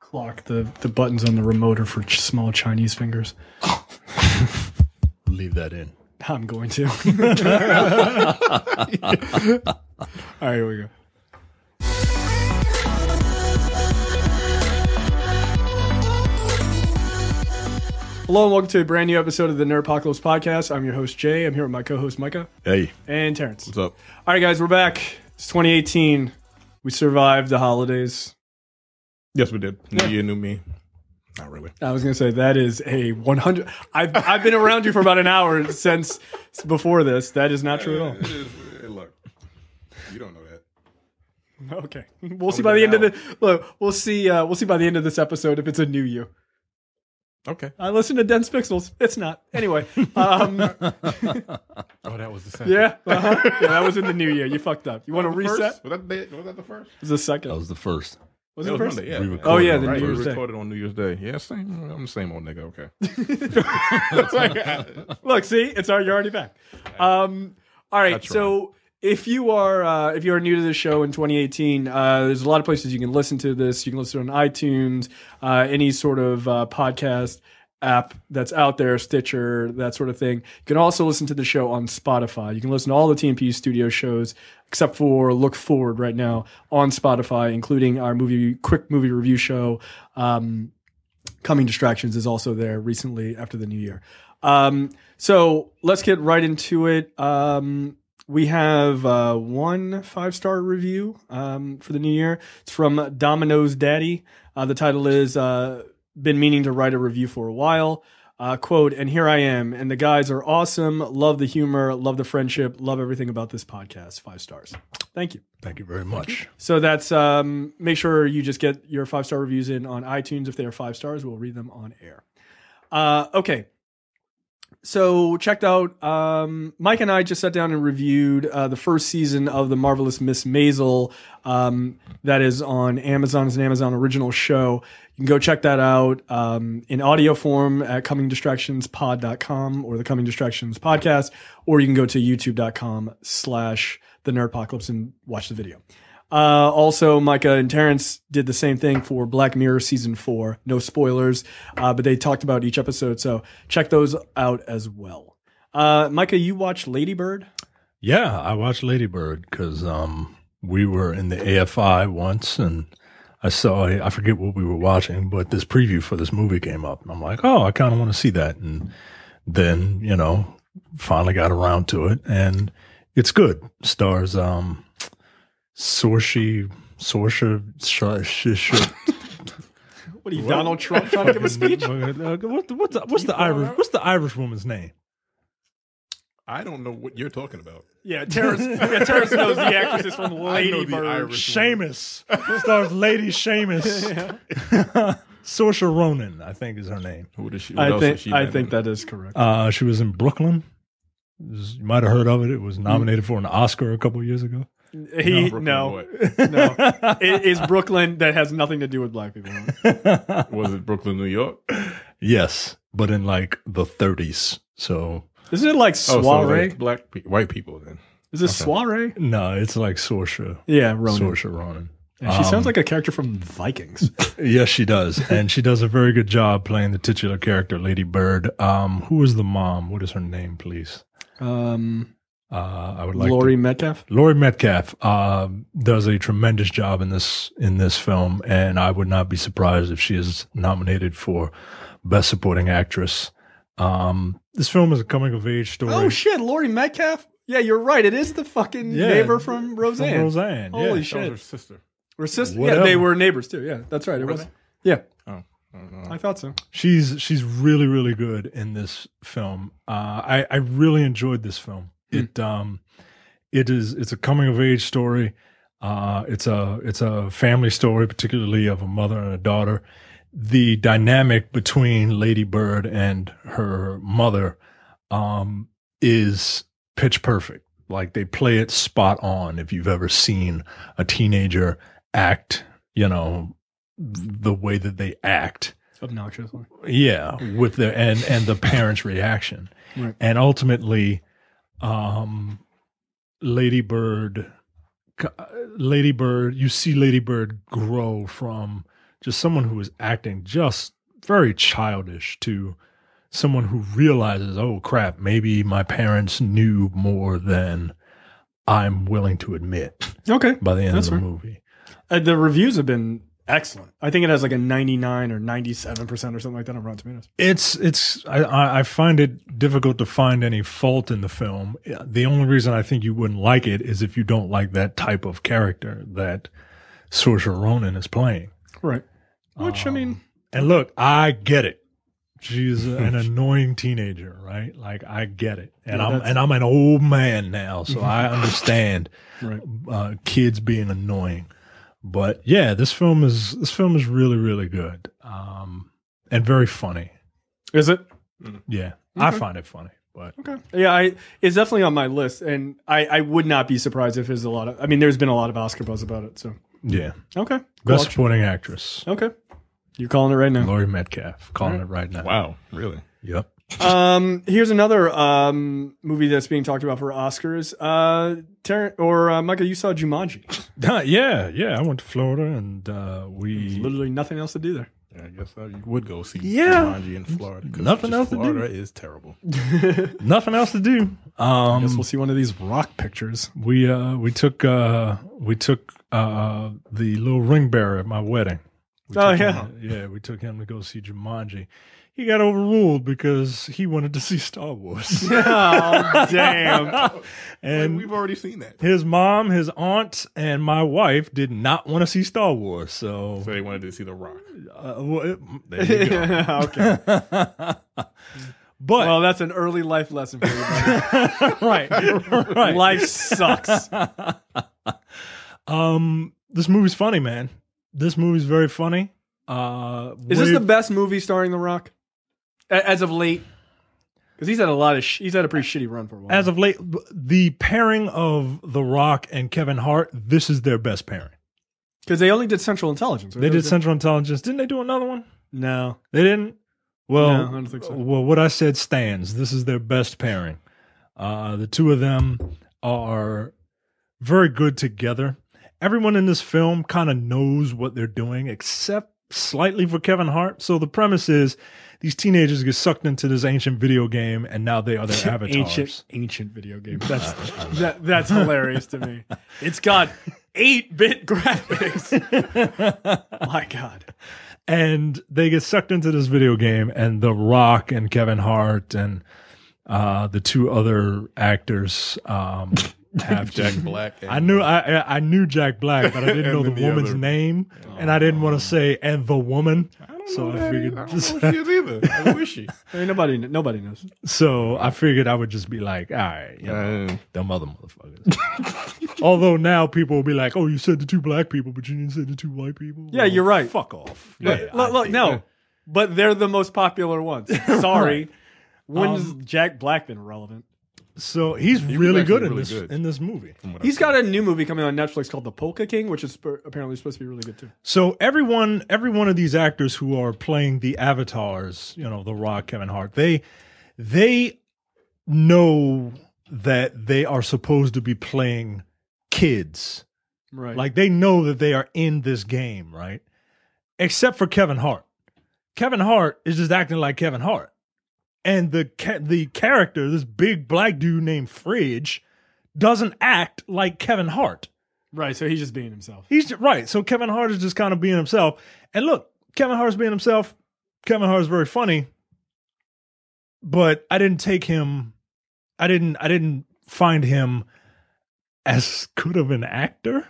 Clock. The the buttons on the remote are for ch- small Chinese fingers. Leave that in. I'm going to. All right, here we go. Hello and welcome to a brand new episode of the Nerdpocalypse podcast. I'm your host Jay. I'm here with my co-host Micah Hey, and Terrence. what's up? All right, guys, we're back. It's 2018. We survived the holidays. Yes, we did. New year, new me. Not really. I was gonna say that is a 100. I've I've been around you for about an hour since before this. That is not true at look, you don't know that. all. Okay, we'll see by the end of the look. We'll see. Uh, we'll see by the end of this episode if it's a new you. Okay. I listen to Dense Pixels. It's not. Anyway, um, Oh, that was the second. yeah, uh-huh. yeah, that was in the new year. You fucked up. You want to reset? Was that, the, was that the first? It was the second. That was the first. was it the first? Monday, yeah. We Oh recorded yeah, on- the right, New we Year's Day. recorded on New Year's Day. Yeah, same. I'm the same old nigga. Okay. Look, see, it's already you're already back. Um, all right, That's so if you are uh, if you are new to the show in 2018, uh, there's a lot of places you can listen to this. You can listen on iTunes, uh, any sort of uh, podcast app that's out there, Stitcher, that sort of thing. You can also listen to the show on Spotify. You can listen to all the TMP Studio shows except for Look Forward right now on Spotify, including our movie quick movie review show. Um, Coming Distractions is also there recently after the new year. Um, so let's get right into it. Um, we have uh, one five star review um, for the new year. It's from Domino's Daddy. Uh, the title is uh, Been Meaning to Write a Review for a While. Uh, quote, and here I am. And the guys are awesome. Love the humor, love the friendship, love everything about this podcast. Five stars. Thank you. Thank you very much. So that's um, make sure you just get your five star reviews in on iTunes. If they are five stars, we'll read them on air. Uh, okay. So checked out. Um, Mike and I just sat down and reviewed uh, the first season of the marvelous Miss Maisel. Um, that is on Amazon. It's an Amazon original show. You can go check that out um, in audio form at comingdistractionspod.com or the Coming Distractions podcast, or you can go to youtube.com/slash the Nerdpocalypse and watch the video. Uh, also, Micah and Terrence did the same thing for Black Mirror season four. No spoilers, uh, but they talked about each episode, so check those out as well. Uh, Micah, you watched Ladybird? Yeah, I watched Ladybird because um, we were in the AFI once and I saw, a- I forget what we were watching, but this preview for this movie came up. And I'm like, oh, I kind of want to see that. And then, you know, finally got around to it and it's good. Stars um, Sorshi, Sorsha, Sh- Sh- Sh- What are you, Donald Trump, trying to give a speech? What- what's the, what's the Irish what's the Irish woman's name? I don't know what you're talking about. Yeah, Terrence. Yeah, Terrence knows the actresses from Irish Ladybird. Seamus stars Lady Seamus. Saoirse Ronan, I think, is her name. Who does she? what I else has think she I been think in? that is correct. Uh, she was in Brooklyn. It was- you might have heard of it. It was nominated for an Oscar a couple years ago. he Brooklyn no, Boy. no. It is Brooklyn that has nothing to do with black people. Was it Brooklyn, New York? Yes, but in like the 30s. So Isn't it like Oh, so it's soiree? like black, pe- white people. Then is it soiree? no, it's like Saoirse. Yeah, Ronan. Saoirse Ronan. Um, And she Um, sounds like a character from Vikings. Yes, she does, and she does a very good job playing the titular character, Lady Bird. Um, who is the mom? What is her name, please? Um, Uh, I would like Lori Metcalf. To, Lori Metcalf uh, does a tremendous job in this in this film, and I would not be surprised if she is nominated for Best Supporting Actress. Um, this film is a coming of age story. Oh shit, Lori Metcalf. Yeah, you're right. It is the fucking Yeah. neighbor from From Roseanne. Roseanne. yeah. Holy that was her shit. sister. Or sister. Yeah, Whatever. they were neighbors too. Yeah, that's right. It Were was. they? Oh, Yeah, I don't know. I thought so. She's she's really really good in this film. Uh, I I really enjoyed this film. It um, it is it's a coming of age story. Uh, it's a it's a family story, particularly of a mother and a daughter, the dynamic between Lady Bird and her mother um, is pitch perfect. Like they play it spot on. If you've ever seen a teenager act, you know, the way that they act, Obnoxiously. yeah, with the and and the parents' reaction, Right. and ultimately, um, Lady Bird, uh, Lady Bird, you see Lady Bird grow from just someone who is acting just very childish to someone who realizes, oh crap, maybe my parents knew more than I'm willing to admit Okay. by the end That's of the fair. movie. Uh, the reviews have been excellent. I think it has like a 99 or 97% or something like that on Rotten Tomatoes. It's it's I- I, I find it difficult to find any fault in the film. The only reason I think you wouldn't like it is if you don't like that type of character that Saoirse Ronan is playing. Right. Which, I mean, And look, I get it. She's an annoying teenager, right? Like I get it, and Yeah, I'm that's- and I'm an old man now, so I understand right. uh, kids being annoying. But yeah, this film is this film is really really good, um, and very funny. Is it? Yeah, I Okay. find it funny, but Okay. Yeah, I, it's definitely on my list, and I, I would not be surprised if there's a lot of. I mean, there's been a lot of Oscar buzz about it. So yeah, okay, best Cool. supporting actress, Okay, you're calling it right now. Laurie Metcalf, calling it right now. Wow, really? Yep. Um, here's another um movie that's being talked about for Oscars. Uh, Ter- or uh, Micah, you saw Jumanji. yeah, yeah. I went to Florida, and uh, we Literally nothing else to do there. Yeah, I guess I would go see Yeah. Jumanji in Florida. 'cause Nothing just else to do. Florida is terrible. nothing else to do. I guess Um, we'll see one of these rock pictures. we uh, we took uh, we took uh, the little ring bearer at my wedding. We Oh, took yeah. him- yeah. We took him to go see Jumanji. He got overruled because he wanted to see Star Wars. oh damn! and we've already seen that. his mom, his aunt, and my wife did not want to see Star Wars. So, So they wanted to see The Rock. uh, well, it- there you go. okay. But Well, that's an early life lesson for you. buddy. right, right. Life sucks. um, this movie's funny, man. This movie's very funny. Uh, Is this way- the best movie starring The Rock A- as of late? Because he's had a lot of sh- he's had a pretty shitty run for a while. as of late the pairing of The Rock and Kevin Hart? This is their best pairing. because they only did Central Intelligence. right? They did Was it- Central Intelligence. Didn't they do another one? no. They didn't. Well, No, I don't think so. well, what I said stands. This is their best pairing. Uh, the two of them are very good together. Everyone in this film kind of knows what they're doing, except slightly for Kevin Hart. So the premise is these teenagers get sucked into this ancient video game, and now they are their avatars. Ancient, ancient video game. That's that, that's hilarious to me. It's got eight bit graphics. My God. and they get sucked into this video game and the rock and kevin hart and uh the two other actors um have Jack to- Black. and- I knew I I- I knew Jack Black, but I didn't know the, And the woman's other- Oh. name, and I didn't want to say and the woman. I don't know so who I that is. figured I just- don't know who she is either. Who is she? I mean, nobody nobody knows. So I figured I would just be like, all right, you know, Uh, them other motherfuckers. Although now people will be like, oh, you said the two black people, but you didn't say the two white people. Yeah, you're right. Fuck off. Look, look, look, no, but they're the most popular ones. Sorry. When's Jack Black been relevant? So he's was really good actually in really this good. in this movie. He's got a new movie coming on Netflix called The Polka King, which is sp- apparently supposed to be really good too. So everyone, every one of these actors who are playing the avatars, you know, The Rock, Kevin Hart, they they know that they are supposed to be playing kids. Right. Like they know that they are in this game, right? Except for Kevin Hart. Kevin Hart is just acting like Kevin Hart. And the ca- the character, this big black dude named Fridge, doesn't act like Kevin Hart. right. So he's just being himself. He's ju- right. So Kevin Hart is just kind of being himself. And look, Kevin Hart's being himself. Kevin Hart's very funny. But I didn't take him I didn't I didn't find him as good of an actor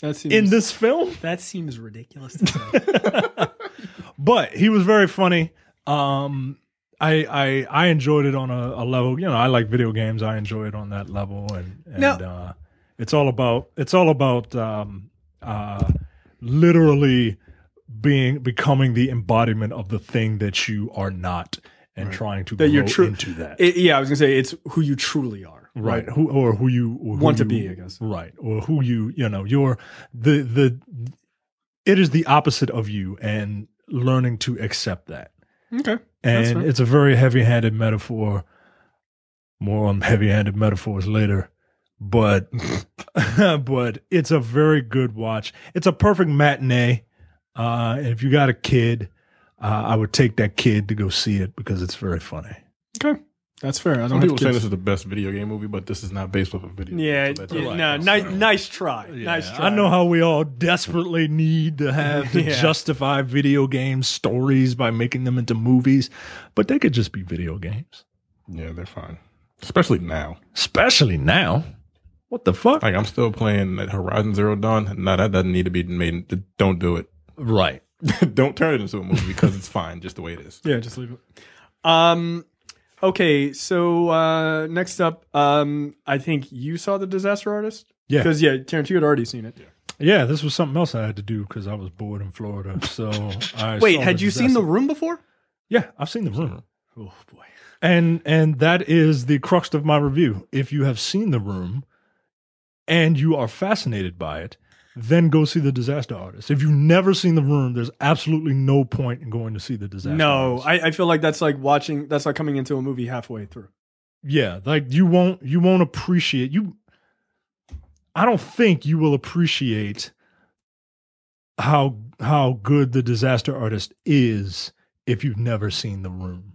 That seems in this film. that seems ridiculous. To say. But he was very funny. Um I I I enjoyed it on a, a level, you know, I like video games. I enjoy it on that level and and Now- uh it's all about it's all about um uh literally being becoming the embodiment of the thing that you are not and Right. trying to That grow you're true- into that. It- yeah, I was gonna say it's who you truly are. right who or who you or who Want to you- be, I guess. right or who you you know you're the the it is the opposite of you and learning to accept that Okay. That's and fair. it's a very heavy-handed metaphor more on heavy-handed metaphors later but but it's a very good watch it's a perfect matinee uh and if you got a kid uh, i would take that kid to go see it because it's very funny Okay. That's fair. I don't Some have people say kids. this is the best video game movie, but this is not based off a video. Yeah, game, so that's yeah, all right. no, I'm ni- sorry. nice try. Nice Yeah, try. I know how we all desperately need to have to Yeah. justify video game stories by making them into movies, but they could just be video games, Yeah, they're fine. Especially now. especially now. What the fuck? Like I'm still playing that Horizon Zero Dawn. No, that doesn't need to be made. Don't do it. right. don't turn it into a movie because it's fine just the way it is. Yeah, just leave it. Um, okay, so uh, next up, um, I think you saw the Disaster Artist. Yeah. because yeah, Tarantino had already seen it. Yeah, this was something else I had to do because I was bored in Florida. So I Wait, saw had The you seen Disaster- the room before? Yeah, I've seen the room. Oh boy. And and that is the crux of my review. If you have seen the room and you are fascinated by it, then go see the disaster artist. If you've never seen the room, there's absolutely no point in going to see the disaster No, Artist. I, I feel like that's like watching. That's like coming into a movie halfway through. Yeah, like you won't you won't appreciate you I don't think you will appreciate how how good the disaster artist is if you've never seen the room.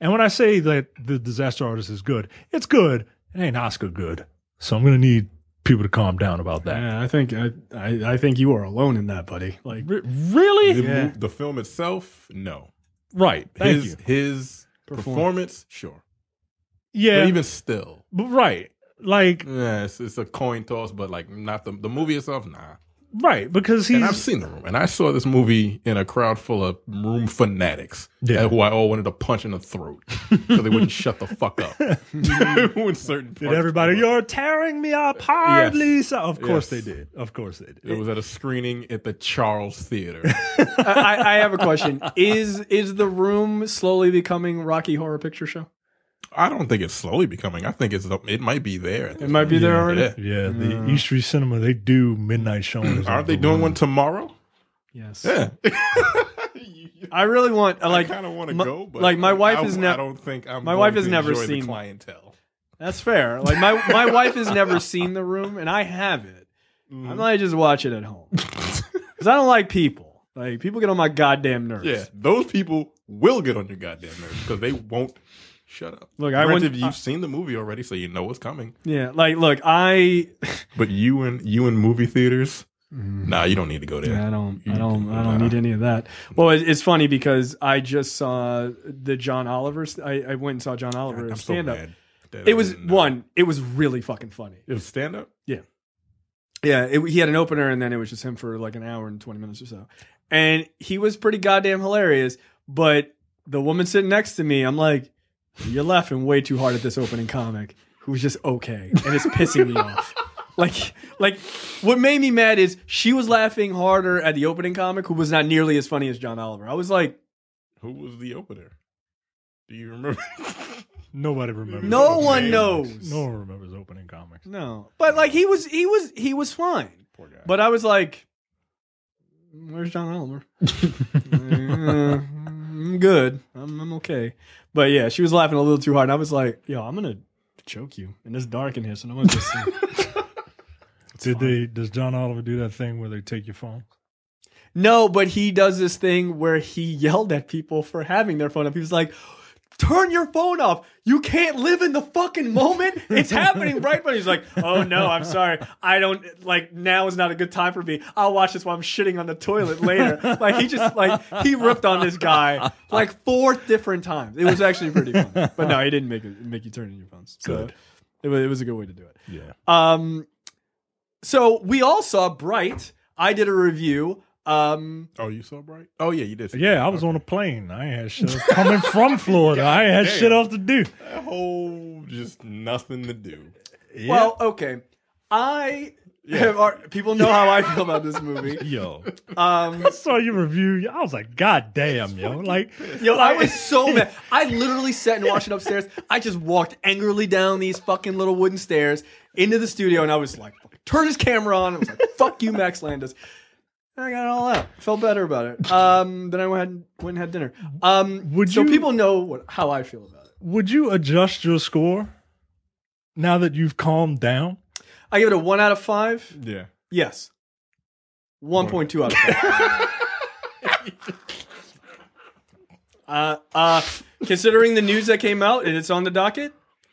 And when I say that the disaster artist is good, it's good. It ain't Oscar good. So I'm gonna need people to calm down about that. Yeah, I think I, I I think you are alone in that, buddy. Like Re- really? The, Yeah. mo- the film itself, no. Right. Thank his you. his performance, sure. Yeah. But even still, but right. Like yeah, it's, it's a coin toss. But like, not the the movie itself, nah. right because he's and I've seen the room, and I saw this movie in a crowd full of room fanatics, Yeah. uh, who I all wanted to punch in the throat because they wouldn't shut the fuck up when certain. did parts everybody? came up. You're tearing me apart, Yes. Lisa. Of course Yes. they did. Of course they did. It was at a screening at the Charles Theater. I, I- I have a question: Is is the room slowly becoming Rocky Horror Picture Show? I don't think it's slowly becoming. I think it's it might be there. It might be there Yeah. already. Yeah. Yeah, the East Street Cinema they do midnight showings. Aren't of they the doing room. one tomorrow? Yes. Yeah. I really want uh, like I kind of want to my- go, but like my wife I, is I never. don't think I'm. my going wife has to never enjoy the seen- clientele. That's fair. Like my my wife has never seen the room, and I have it. Mm-hmm. I might just watch it at home because I don't like people. Like people get on my goddamn nerves. Yeah, those people will get on your goddamn nerves because they won't shut up. Look, I Granted, went- you've I- seen the movie already, so you know what's coming. Yeah, Like, look, I. But you and you in movie theaters, Mm-hmm. nah, you don't need to go there. I don't. I don't. I Nah. don't need any of that. Well, it, it's funny because I just saw the John Oliver. st- I, I went and saw John Oliver I'm so stand up. mad that I It was didn't know. one. It was really fucking funny. It was stand up. Yeah, it, he had an opener, and then it was just him for like an hour and twenty minutes or so, and he was pretty goddamn hilarious. But the woman sitting next to me, I'm like, you're laughing way too hard at this opening comic, who's just okay, and it's pissing me off. Like, like what made me mad is she was laughing harder at the opening comic, who was not nearly as funny as John Oliver. I was like, Who was the opener? Do you remember? Nobody remembers. no opening one comics. knows, No one remembers opening comics. no. But like he was, he was, he was fine. Poor guy. But I was like, "Where's John Oliver?" Uh, I'm good. I'm, I'm okay. But yeah, she was laughing a little too hard, and I was like, "Yo, I'm gonna choke you." And it's dark in here, so no one can see. Did they? Does John Oliver do that thing where they take your phone? no, but he does this thing where he yelled at people for having their phone up. He was like. Turn your phone off. You can't live in the fucking moment. It's happening right. But he's like, "Oh no, I'm sorry. I don't like now is not a good time for me. I'll watch this while I'm shitting on the toilet later." Like he just like he ripped on this guy like four different times. It was actually pretty funny. But no, he didn't make it make you turn in your phones. So Good. It was, it was a good way to do it. Yeah. Um, so we all saw Bright. I did a review. Um, oh, you saw Bright? Oh yeah, you did. see Yeah, I Bright. was Okay. on a plane. I ain't had shit else- coming from Florida. I ain't had damn. shit else to do. that whole just nothing to do. well, okay. I Our- People know how I feel about this movie. Yo, Um, I saw your review. I was like, God damn, yo. Like, Yo, I was so mad. I literally sat and watched it upstairs. I just walked angrily down these fucking little wooden stairs into the studio, and I was like, turn his camera on. I was like, fuck you, Max Landis. And I got it all out. Felt better about it. Um, then I went and, went and had dinner. Um, Would so you- people know what, how I feel about it. would you adjust your score now that you've calmed down? I give it a one out of five. Yeah. Yes. 1.2 out of five. uh, uh, considering the news that came out and it's on the docket,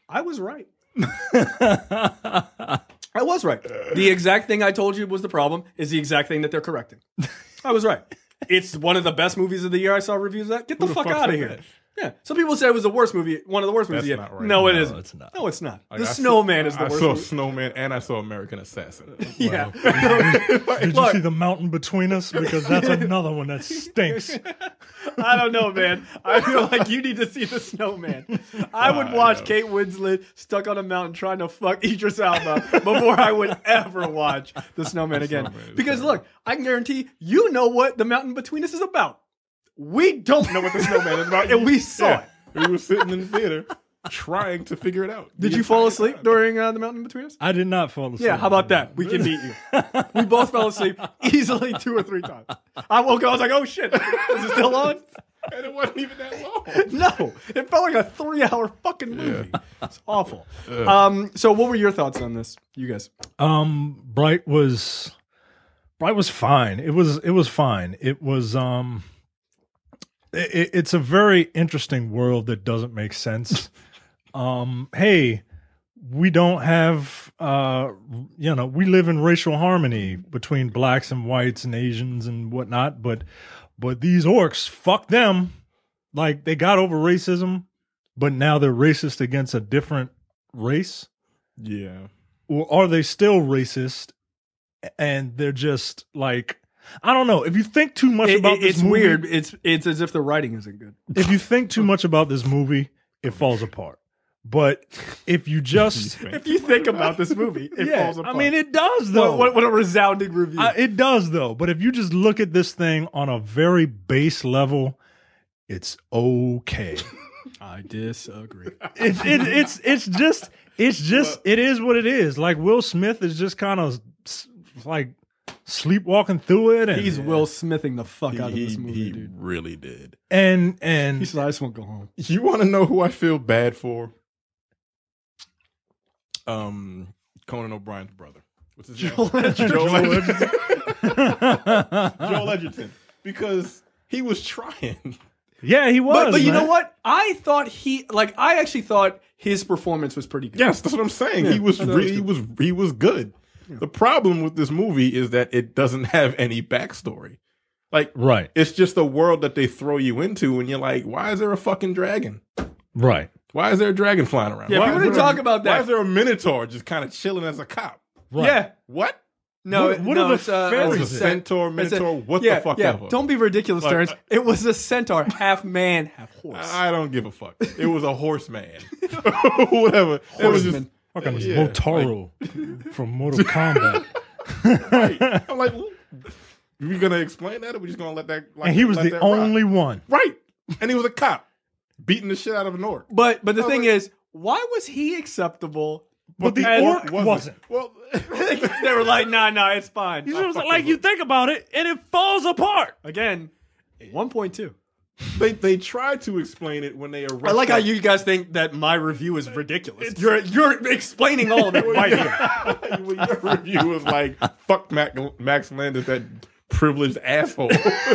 I was right. I was right. The exact thing I told you was the problem is the exact thing that they're correcting. I was right. It's one of the best movies of the year. I saw reviews of that. Get the, fuck fuck out of said here. that? Yeah. Some people said it was the worst movie, one of the worst movies That's of the year. not right. No, it No, isn't. it's not. No, it's not. Like, the I saw- Snowman is the I worst saw movie. Snowman and I saw American Assassin. yeah. Did you Look. see the mountain between us? Because that's another one that stinks. I don't know, man. I feel like you need to see the snowman. I would watch Kate Winslet stuck on a mountain trying to fuck Idris Alba before I would ever watch the snowman again. Snowman is because terrible. look, I can guarantee you know what the mountain between us is about. We don't know what the snowman is about, and we saw it. we were sitting in the theater trying to figure it out. Did you fall asleep during uh, the mountain between us? I did not fall asleep. Yeah, how about that? We can beat you. We both fell asleep easily two or three times. I woke up, I was like, oh shit, is it still on? And it wasn't even that long. No, it felt like a three-hour fucking movie. It's awful. Um, so, what were your thoughts on this, you guys? Um, Bright was Bright was fine. It was it was fine. It was um, it- it, it's a very interesting world that doesn't make sense. um, hey, we don't have uh, you know, we live in racial harmony between blacks and whites and Asians and whatnot, but but these orcs, fuck them. Like they got over racism, but now they're racist against a different race Yeah. or are they still racist and they're just like I don't know. If you think too much about this it's movie, weird. It's it's as if the writing isn't good. if you think too much about this movie, it falls apart. But if you just If you think about this movie, it yeah, falls apart. I mean it does though. what, what, what a resounding review. I- it does though. But if you just look at this thing on a very base level, it's okay. I disagree. it's it, it's it's just it's just it is what it is. Like Will Smith is just kind of s- like sleepwalking through it, and He's Will Smithing the fuck out of He, this movie, he dude. really did. and He and said, "I just want to go home." You want to know who I feel bad for? Um, Conan O'Brien's brother. What's his name? Joel, Edgerton. Joel Edgerton. Because he was trying. yeah, he was. But, but you man. know what? I thought he like I actually thought his performance was pretty good. Yes, that's what I'm saying. he was thought it was re- he was he was good. The problem with this movie is that it doesn't have any backstory. Like Right, it's just a world that they throw you into, and you're like, why is there a fucking dragon? right. Why is there a dragon flying around? Yeah, why people is didn't there a- talk about that. Why is there a minotaur just kind of chilling as a cop? Right. Yeah. What? No. What- what no, are the it's, uh, fairies? it's a It's a centaur, it's a- minotaur, what the fuck ever. Don't be ridiculous, Like, Terrence. uh, it was a centaur, half man, half horse. I I don't give a fuck. It was a horseman. Whatever. It was just. Horseman. Fucking Yeah, Motaro from Mortal Kombat, Right. I'm like, we gonna explain that, or we just gonna let that? Like, and he was let the that ride?" only one. Right. And he was a cop beating the shit out of an orc. but but the Oh, thing but- is, why was he acceptable? But the And- orc wasn't. Well, they were like, nah, nah, it's fine. You know what I'm saying? Like you think about it, and it falls apart. Again, one point two. they, they tried to explain it when they arrested. I like how you guys think that my review is ridiculous. You're you're explaining all of it right here. when your review was like, fuck Mac, Max Landis, that privileged asshole.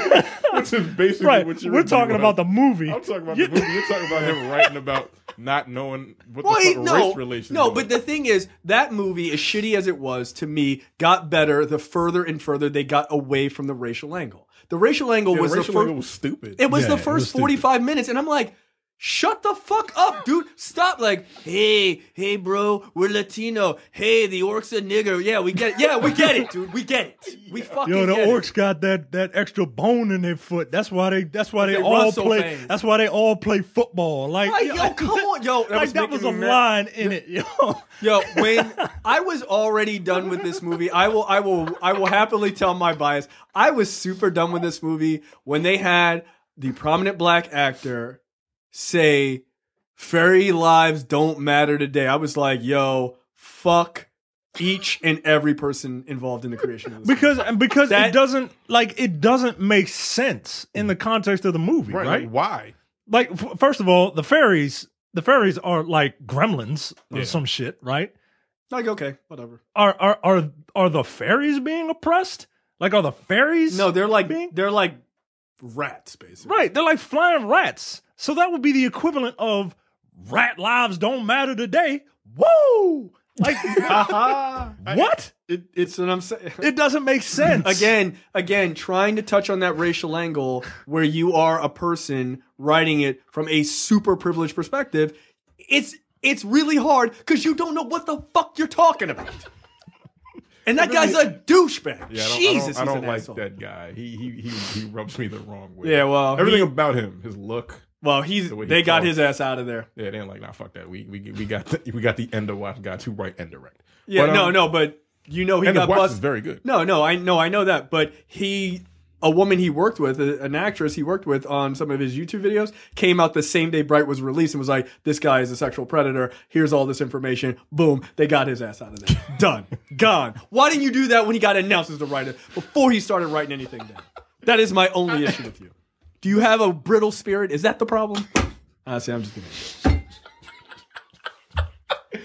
Which is basically Right. what you're We're talking about the movie. I'm talking about the movie. You're talking about him writing about not knowing what Well, the he, fuck no, race relations no, were. but the thing is, that movie, as shitty as it was, to me, got better the further and further they got away from the racial angle. The racial angle Yeah, was the the racial first. angle was stupid. It was Yeah, the it was first stupid. 45 minutes. And I'm like, Shut the fuck up, dude. Stop. Like, hey, hey, bro, we're Latino. Hey, the orc's a nigger. Yeah, we get it. Yeah, we get it, dude. We get it. We fucking Yo, the get orcs it. got that that extra bone in their foot. That's why they. That's why they, They run all so play. fast. That's why they all play football. Like, Like, yo, come on, yo. That like was that making was me a mad. line in it. Yo, Yo, Wayne, I was already done with this movie. I will, I will, I will happily tell my bias. I was super done with this movie when they had the prominent black actor say, "Fairy lives don't matter today." I was like, "Yo, fuck each and every person involved in the creation of this." movie. because because That- it doesn't like it doesn't make sense in the context of the movie, Right. right? Like, why? Like, f- first of all, the fairies. The fairies are like gremlins or some shit, right? like, okay, whatever. Are are are are the fairies being oppressed? Like, are the fairies? No, they're like Being- they're like rats, basically. Right. They're like flying rats. So that would be the equivalent of rat lives don't matter today. Whoa! Like what? Uh, It, it's what I'm saying. It doesn't make sense. again, again, trying to touch on that racial angle where you are a person writing it from a super privileged perspective, it's it's really hard because you don't know what the fuck you're talking about. And that guy's a douchebag. Yeah, I don't, Jesus, I don't, I he's don't an like asshole. that guy. He, he he he rubs me the wrong way. Yeah, well, everything he- about him, his look. Well, he's The way he they got talks. his ass out of there. Yeah, they're like, nah, fuck that. We we we got the, we got the end of watch guys who write and direct. Yeah, But, um, no, no, but you know he End got of watch is busted. very good. No, no, I know, I know that, but he, a woman he worked with, a- an actress he worked with on some of his YouTube videos, came out the same day Bright was released and was like, "This guy is a sexual predator. Here's all this information. Boom, they got his ass out of there. Done, gone. Why didn't you do that when he got announced as the writer before he started writing anything down? That is my only issue with you. Do you have a brittle spirit? Is that the problem? Honestly, I'm just. Gonna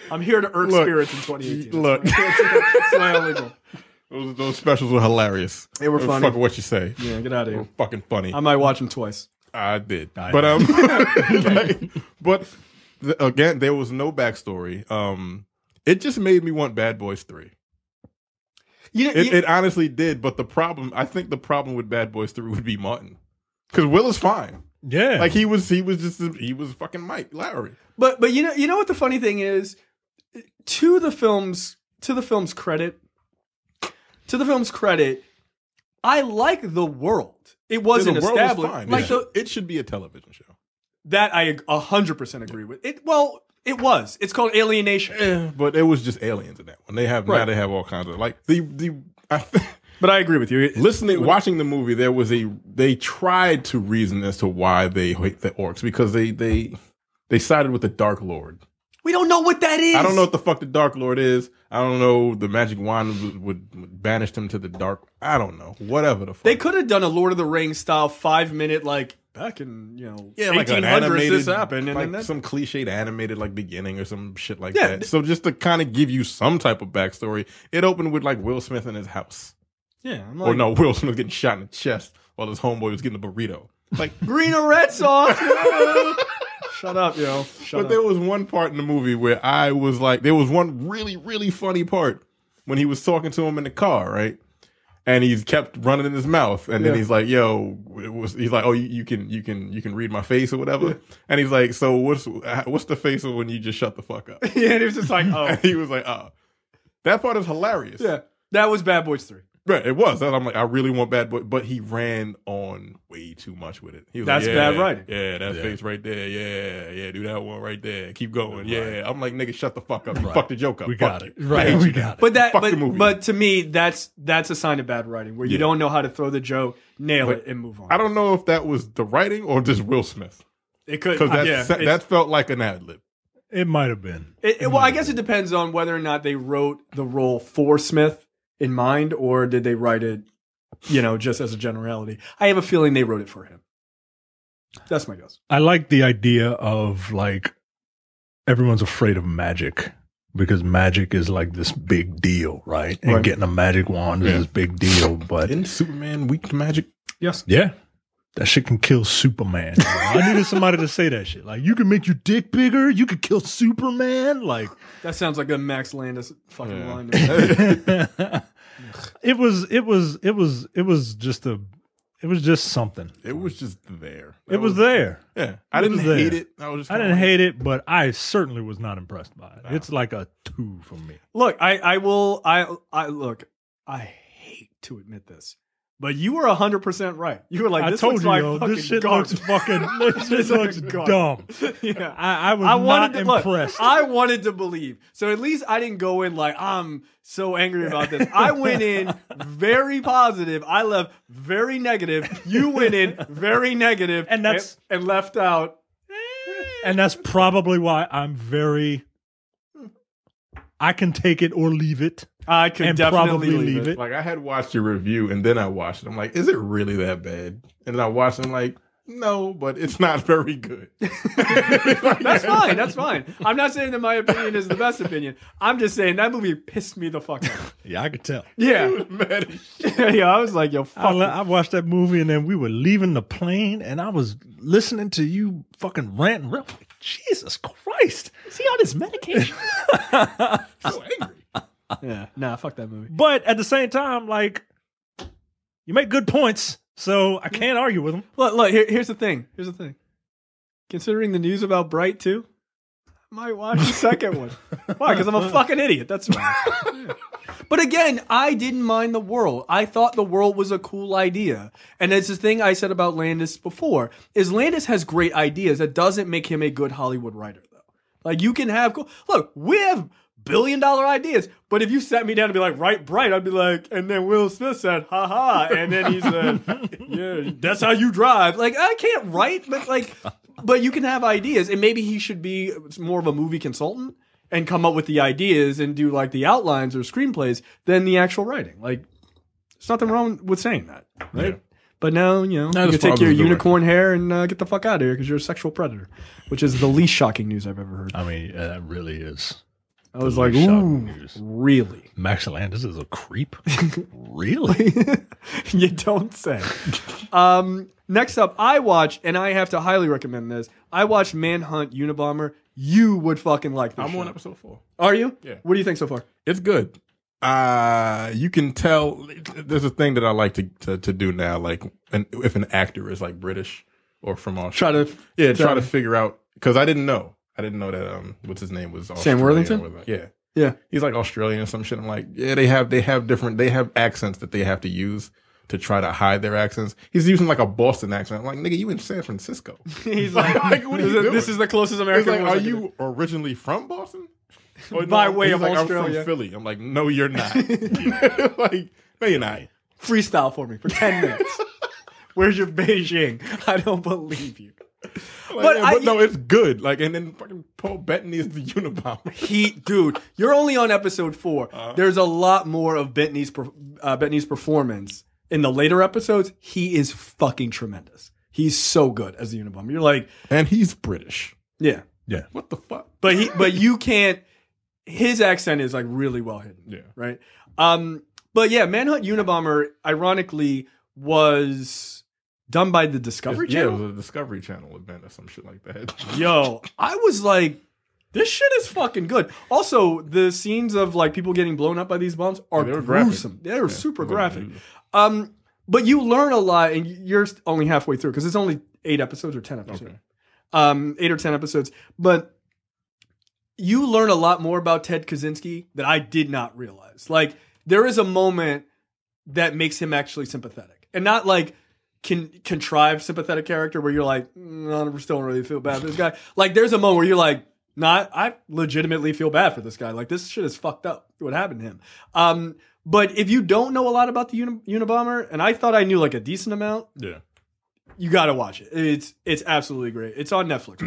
I'm here to irk Look, spirits in 2018. look. That's my only goal. Those, those specials were hilarious. They were Don't funny. Fuck what you say. Yeah, get out of here. Fucking funny. I might watch him twice. I did, I but know. um, like, but th- again, there was no backstory. Um, it just made me want Bad Boys Three. You know, It, you- it honestly did, but the problem, I think, the problem with Bad Boys Three would be Martin, because Will is fine. Yeah. Like he was, he was just, he was fucking Mike Lowry. but but you know you know what the funny thing is, to the film's to the film's credit, to the film's credit, I like the world. It wasn't The world is established fine. like it, the, should, it should be a television show. that. I a hundred percent agree with it. Well, it was. It's called Alienation. But it was just aliens in that one. They have now Right. they have all kinds of like the the. I think, But I agree with you. It- listening watching the movie there was a they tried to reason as to why they hate the orcs because they they they sided with the dark lord we don't know what that is. i don't know what the fuck the dark lord is i don't know the magic wand would, would banish them to the dark i don't know whatever the fuck They could have done a Lord of the Rings style five minute like back in you know yeah, like an 1800s animated, this happened and like then that, some cliched animated like beginning or some shit like Yeah, that. th- So just to kind of give you some type of backstory, it opened with like Will Smith in his house, yeah. I'm or like, no, Will Smith getting shot in the chest while his homeboy was getting a burrito. Like green or red sauce. Shut up, yo. Shut but there was one part in the movie where I was like, there was one really, really funny part when he was talking to him in the car, right? And he's kept running in his mouth, and then Yeah. he's like, "Yo," it was, he's like, "Oh, you, you can, you can, you can read my face or whatever." And he's like, "So what's, what's the face of when you just shut the fuck up?" yeah, and it was just like, oh, And he was like, "Oh, that part is hilarious." yeah. That was Bad Boys Three. right. It was. And I'm like, I really want Bad Boy, but he ran on way too much with it. He was That's like, bad "Yeah, writing." Yeah, that face right there. Yeah, yeah, do that one right there. Keep going. Yeah, I'm like, nigga, shut the fuck up. You fucked the joke up. we got Fuck it. you. Right. We got it. But that, Fuck but, the movie. but to me, that's that's a sign of bad writing where you Yeah. don't know how to throw the joke, nail But it, and move on. I don't know if that was the writing or just Will Smith it could, because Uh, that yeah, it's- that felt like an ad lib. it might have been. It, it- well, I guess it depends on whether or not they wrote the role for Smith in mind, or did they write it, you know, just as a generality. I have a feeling they wrote it for him. That's my guess. I like the idea of like everyone's afraid of magic because magic is like this big deal, right? And Right. getting a magic wand Yeah. is this big deal. But Didn't Superman weak to magic? Yes. yeah. That shit can kill Superman. you know? I needed somebody to say that shit. Like, you can make your dick bigger. You can kill Superman. Like, That sounds like a Max Landis fucking Yeah. line. it was it was it was it was just a It was just something. It was just there. It was there. Yeah, I It didn't was there. hate it. I was just. I kinda didn't like, hate it, but I certainly was not impressed by it. It's like a two for me. Look, I, I will. I, I look. I hate to admit this, but you were hundred percent right. You were like, I this told looks you, like though, fucking this shit garbage. looks fucking. This shit This looks looks garbage. dumb. yeah. I, I was I wanted to not look, impressed. I wanted to believe. So at least I didn't go in like I'm so angry about this. I went in very positive. I left very negative. You went in very negative And that's- and, and left out. and that's probably why I'm very. I can take it or leave it. I could And definitely probably leave, leave it. it. Like I had watched your review and then I watched it. I'm like, is it really that bad? And then I watched it. I'm like, no, but it's not very good. That's fine. That's fine. I'm not saying that my opinion is the best opinion. I'm just saying that movie pissed me the fuck off. Yeah, I could tell. Yeah. Mad as shit. yeah. I was like, yo, I, fuck. le- I watched that movie and then we were leaving the plane and I was listening to you fucking rant and rip. Jesus Christ. See all this medication? so angry. yeah. Nah, fuck that movie. but at the same time, like, you make good points, so Hmm. I can't argue with them. Look, look. Here, here's the thing. Here's the thing. Considering the news about Bright too, I might watch the second one. Why? Because I'm a fucking idiot. That's why. But again, I didn't mind the world. I thought the world was a cool idea. And it's the thing I said about Landis before is Landis has great ideas. That doesn't make him a good Hollywood writer though. Like you can have cool look, we have billion dollar ideas. But if you sat me down and be like, write bright, I'd be like, and then Will Smith said, ha ha. And then he said, Yeah, that's how you drive. Like, I can't write, but like but you can have ideas. And maybe he should be more of a movie consultant and come up with the ideas and do like the outlines or screenplays than the actual writing. Like, there's nothing wrong with saying that, right? But now, you know, you that's can take your probably the right unicorn hair and uh, get the fuck out of here because you're a sexual predator, which is the least shocking news I've ever heard. I mean, uh, that really is. I was like, ooh, shocking news. really? Max Landis is a creep. really? you don't say. um, next up, I watched, and I have to highly recommend this. I watched Manhunt Unabomber. You would fucking like this. I'm show. on episode four. Are you? Yeah. What do you think so far? It's good. Uh you can tell there's a thing that I like to to, to do now, like an, if an actor is like British or from Try Australia. to yeah, try try- to figure out because I didn't know. I didn't know that um what's his name was Australian or Worthington? whatever. Yeah. Yeah. He's like Australian or some shit. I'm like, yeah, they have they have different they have accents that they have to use to try to hide their accents. He's using like a Boston accent. I'm like, nigga, you in San Francisco. He's like, Like, what are this, you is, doing? this is the closest He's American. like, voice I are can do. you originally from Boston? Or By way he's of like, Australia. I'm from Philly. I'm like, no, you're not. like, no, you're not. freestyle for me for ten minutes? Where's your Beijing? I don't believe you. Like, But yeah, I- but no, it's good. Like, and then fucking Paul Bettany is the Unabomber. He, dude, you're only on episode 4 Uh-huh. There's a lot more of Bentley's per- uh, Bentley's performance in the later episodes. He is fucking tremendous. He's so good as the Unabomber. You're like, and he's British. yeah, What the fuck? but he, but you can't. His accent is like really well hidden. Yeah. right? Um, but yeah, Manhunt Unabomber, ironically, was done by the Discovery yeah, it Channel. was a Discovery Channel event or some shit like that. Yo, I was like, this shit is fucking good. Also, the scenes of like people getting blown up by these bombs are They were graphic. gruesome. They're super Yeah. graphic. Um, but you learn a lot, and you're only halfway through because it's only eight episodes or ten episodes, Okay. um, eight or ten episodes. But you learn a lot more about Ted Kaczynski that I did not realize. Like there is a moment that makes him actually sympathetic, and not like can contrive sympathetic character where you're like, mm, I still don't really feel bad for this guy. Like there's a moment where you're like, not I legitimately feel bad for this guy. Like this shit is fucked up. What happened to him? Um, but if you don't know a lot about the Uni- Unabomber, and I thought I knew like a decent amount, Yeah. you gotta watch it. It's it's absolutely great. It's on Netflix.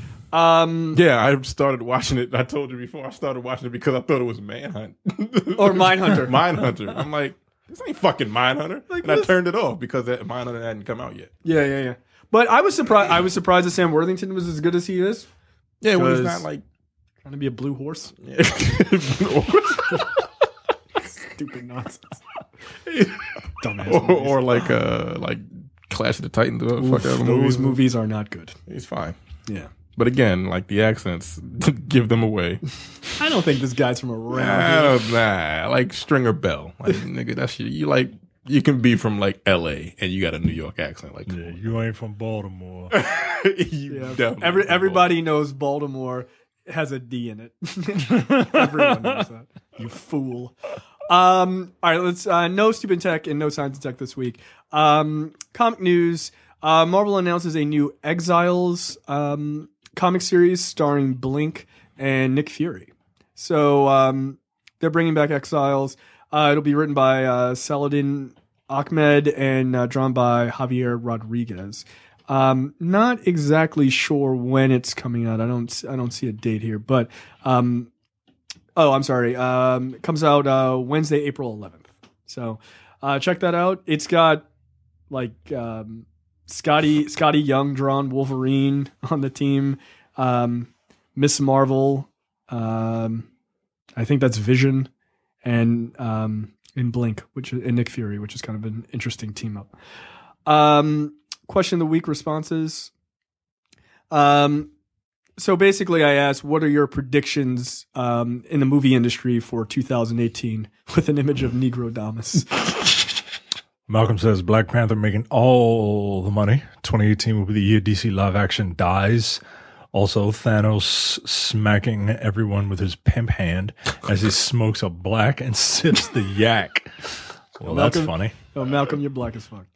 um, Yeah, I started watching it. I told you before, I started watching it because I thought it was Manhunt Or Mindhunter. Mindhunter. I'm like, this ain't fucking Mindhunter. Like, and I this- turned it off because that Mindhunter hadn't come out yet. yeah, yeah, yeah. But I was surprised. I was surprised that Sam Worthington was as good as he is. Yeah, well, well, he's it's not, not like. Trying to be a blue horse. Stupid nonsense. Dumbass. or, movies. or like uh like Clash of the Titans. uh, fuck out Those of movies. movies are not good. He's fine. Yeah. But again, like the accents give them away. I don't think this guy's from around. Nah, nah, like Stringer Bell. Like nigga, that's you. You like you can be from like L.A. and you got a New York accent. Like, Yeah, you ain't from Baltimore. Yeah. you definitely Every, from everybody knows Baltimore has a D in it. Everyone knows that. You fool. Um, all right, let's uh, no stupid tech and no science and tech this week. Um, comic news: uh, Marvel announces a new Exiles um, comic series starring Blink and Nick Fury. So um, they're bringing back Exiles. Uh, it'll be written by uh, Saladin Ahmed and uh, drawn by Javier Rodriguez. Um, not exactly sure when it's coming out. I don't I don't see a date here, but um, oh, I'm sorry. Um, it comes out uh, Wednesday, April 11th. So uh, check that out. It's got like um, Scotty Scotty Young drawn Wolverine on the team. Um, Miss Marvel. Um, I think that's Vision and um and Blink, which is- and Nick Fury, which is kind of an interesting team up. Um, question of the week responses. Um, so basically, I asked, what are your predictions um, in the movie industry for 2018 with an image of Negro Damas? Malcolm says Black Panther making all the money. 2018 will be the year DC live action dies. Also, Thanos smacking everyone with his pimp hand as he smokes a black and sips the yak. Well, that's Malcolm- funny. oh, Malcolm, you're black as fuck.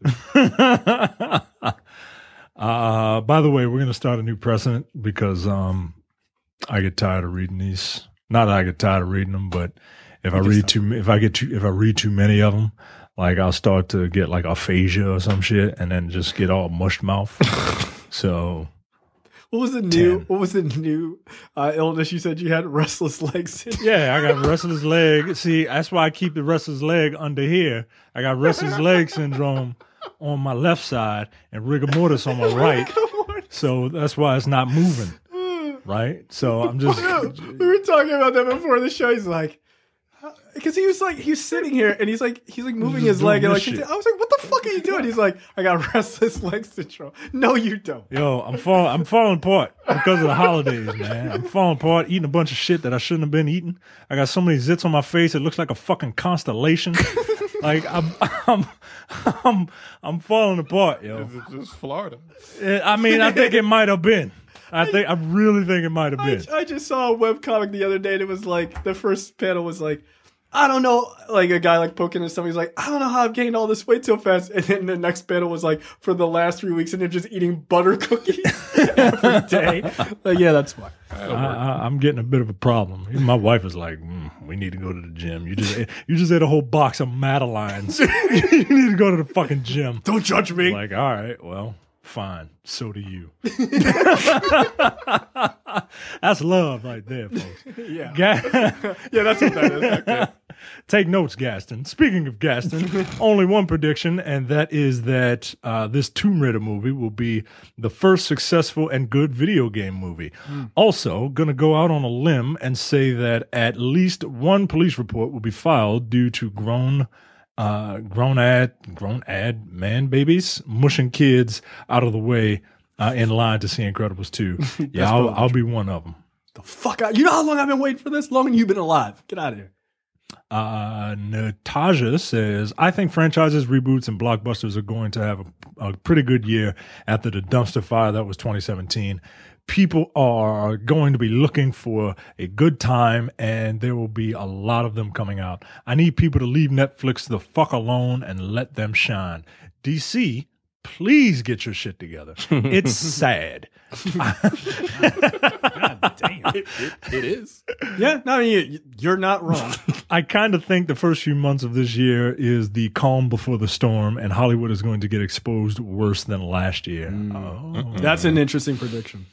Uh, by the way, we're going to start a new precedent because um, I get tired of reading these. Not that I get tired of reading them, but if I read too, if I get too, if I read too many of them, like I'll start to get like aphasia or some shit, and then just get all mushed mouth. so What was the new? Ten. What was the new uh, illness you said you had? Restless legs. yeah, I got wrestler's leg. See, that's why I keep the wrestler's leg under here. I got wrestler's leg syndrome on my left side and rigor mortis on my right. So that's why it's not moving. Right? So I'm just we were talking about that before the show. He's like, because he was like, he was sitting here and he's like, he's like moving his doing leg and like, this shit. I was like, what the fuck are you doing? He's like, I got restless leg syndrome. No, you don't. Yo, I'm falling. I'm falling apart because of the holidays, man. I'm falling apart, eating a bunch of shit that I shouldn't have been eating. I got so many zits on my face; it looks like a fucking constellation. like I'm, I'm, I'm, I'm falling apart, yo. It's just Florida. Eh, I mean, I think it might have been. I think I really think it might have I, been. I just saw a webcomic the other day and it was like, the first panel was like, I don't know, like a guy like poking at somebody's like, I don't know how I've gained all this weight so fast. And then the next panel was like, for the last three weeks, and him just eating butter cookies every day. Like, yeah, that's why. I, I, I'm getting a bit of a problem. Even My wife is like, "Mm, "We need to go to the gym. You just, ate- you just ate a whole box of Madeline's. you need to go to the fucking gym." Don't judge me. Like, all right, well, fine. So do you. That's love right there, folks. yeah. Ga- Yeah, that's what that is. Take notes, Gaston. Speaking of Gaston, only one prediction, and that is that uh, this Tomb Raider movie will be the first successful and good video game movie. Also, going to go out on a limb and say that at least one police report will be filed due to grown. Uh, grown ad, grown ad man babies mushing kids out of the way uh, in line to see Incredibles 2. yeah, I'll, I'll be one of them. the fuck out. You know how long I've been waiting for this? Longer than you've been alive. Get out of here. Uh, Natasha says, I think franchises, reboots, and blockbusters are going to have a, a pretty good year after the dumpster fire that was 2017. People are going to be looking for a good time, and there will be a lot of them coming out. I need people to leave Netflix the fuck alone and let them shine. DC, please get your shit together. It's sad. It, it, it is. Yeah, no, you, you're not wrong. I kind of think the first few months of this year is the calm before the storm, and Hollywood is going to get exposed worse than last year. Mm. Oh. That's Hmm. an interesting prediction.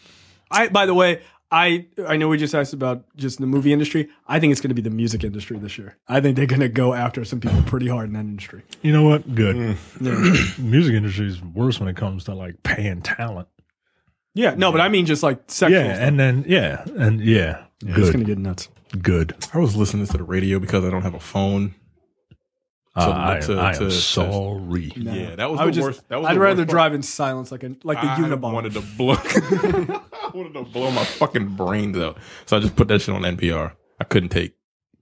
I, by the way, I I know we just asked about just the movie industry. I think it's going to be the music industry this year. I think they're going to go after some people pretty hard in that industry. You know what? Good. Mm. Music industry is worse when it comes to like paying talent. Yeah, no, but I mean just like sexual. Yeah, stuff. and then yeah, and yeah, it's going good, to get nuts. good. I was listening to the radio because I don't have a phone. Uh, I, to- I am to- to- sorry. Yeah, that was I would the just, worst. That was I'd the rather worst part. drive in silence, like a like the I Unabomber. wanted to blow. I wanted to blow my fucking brains out. So I just put that shit on NPR. I couldn't take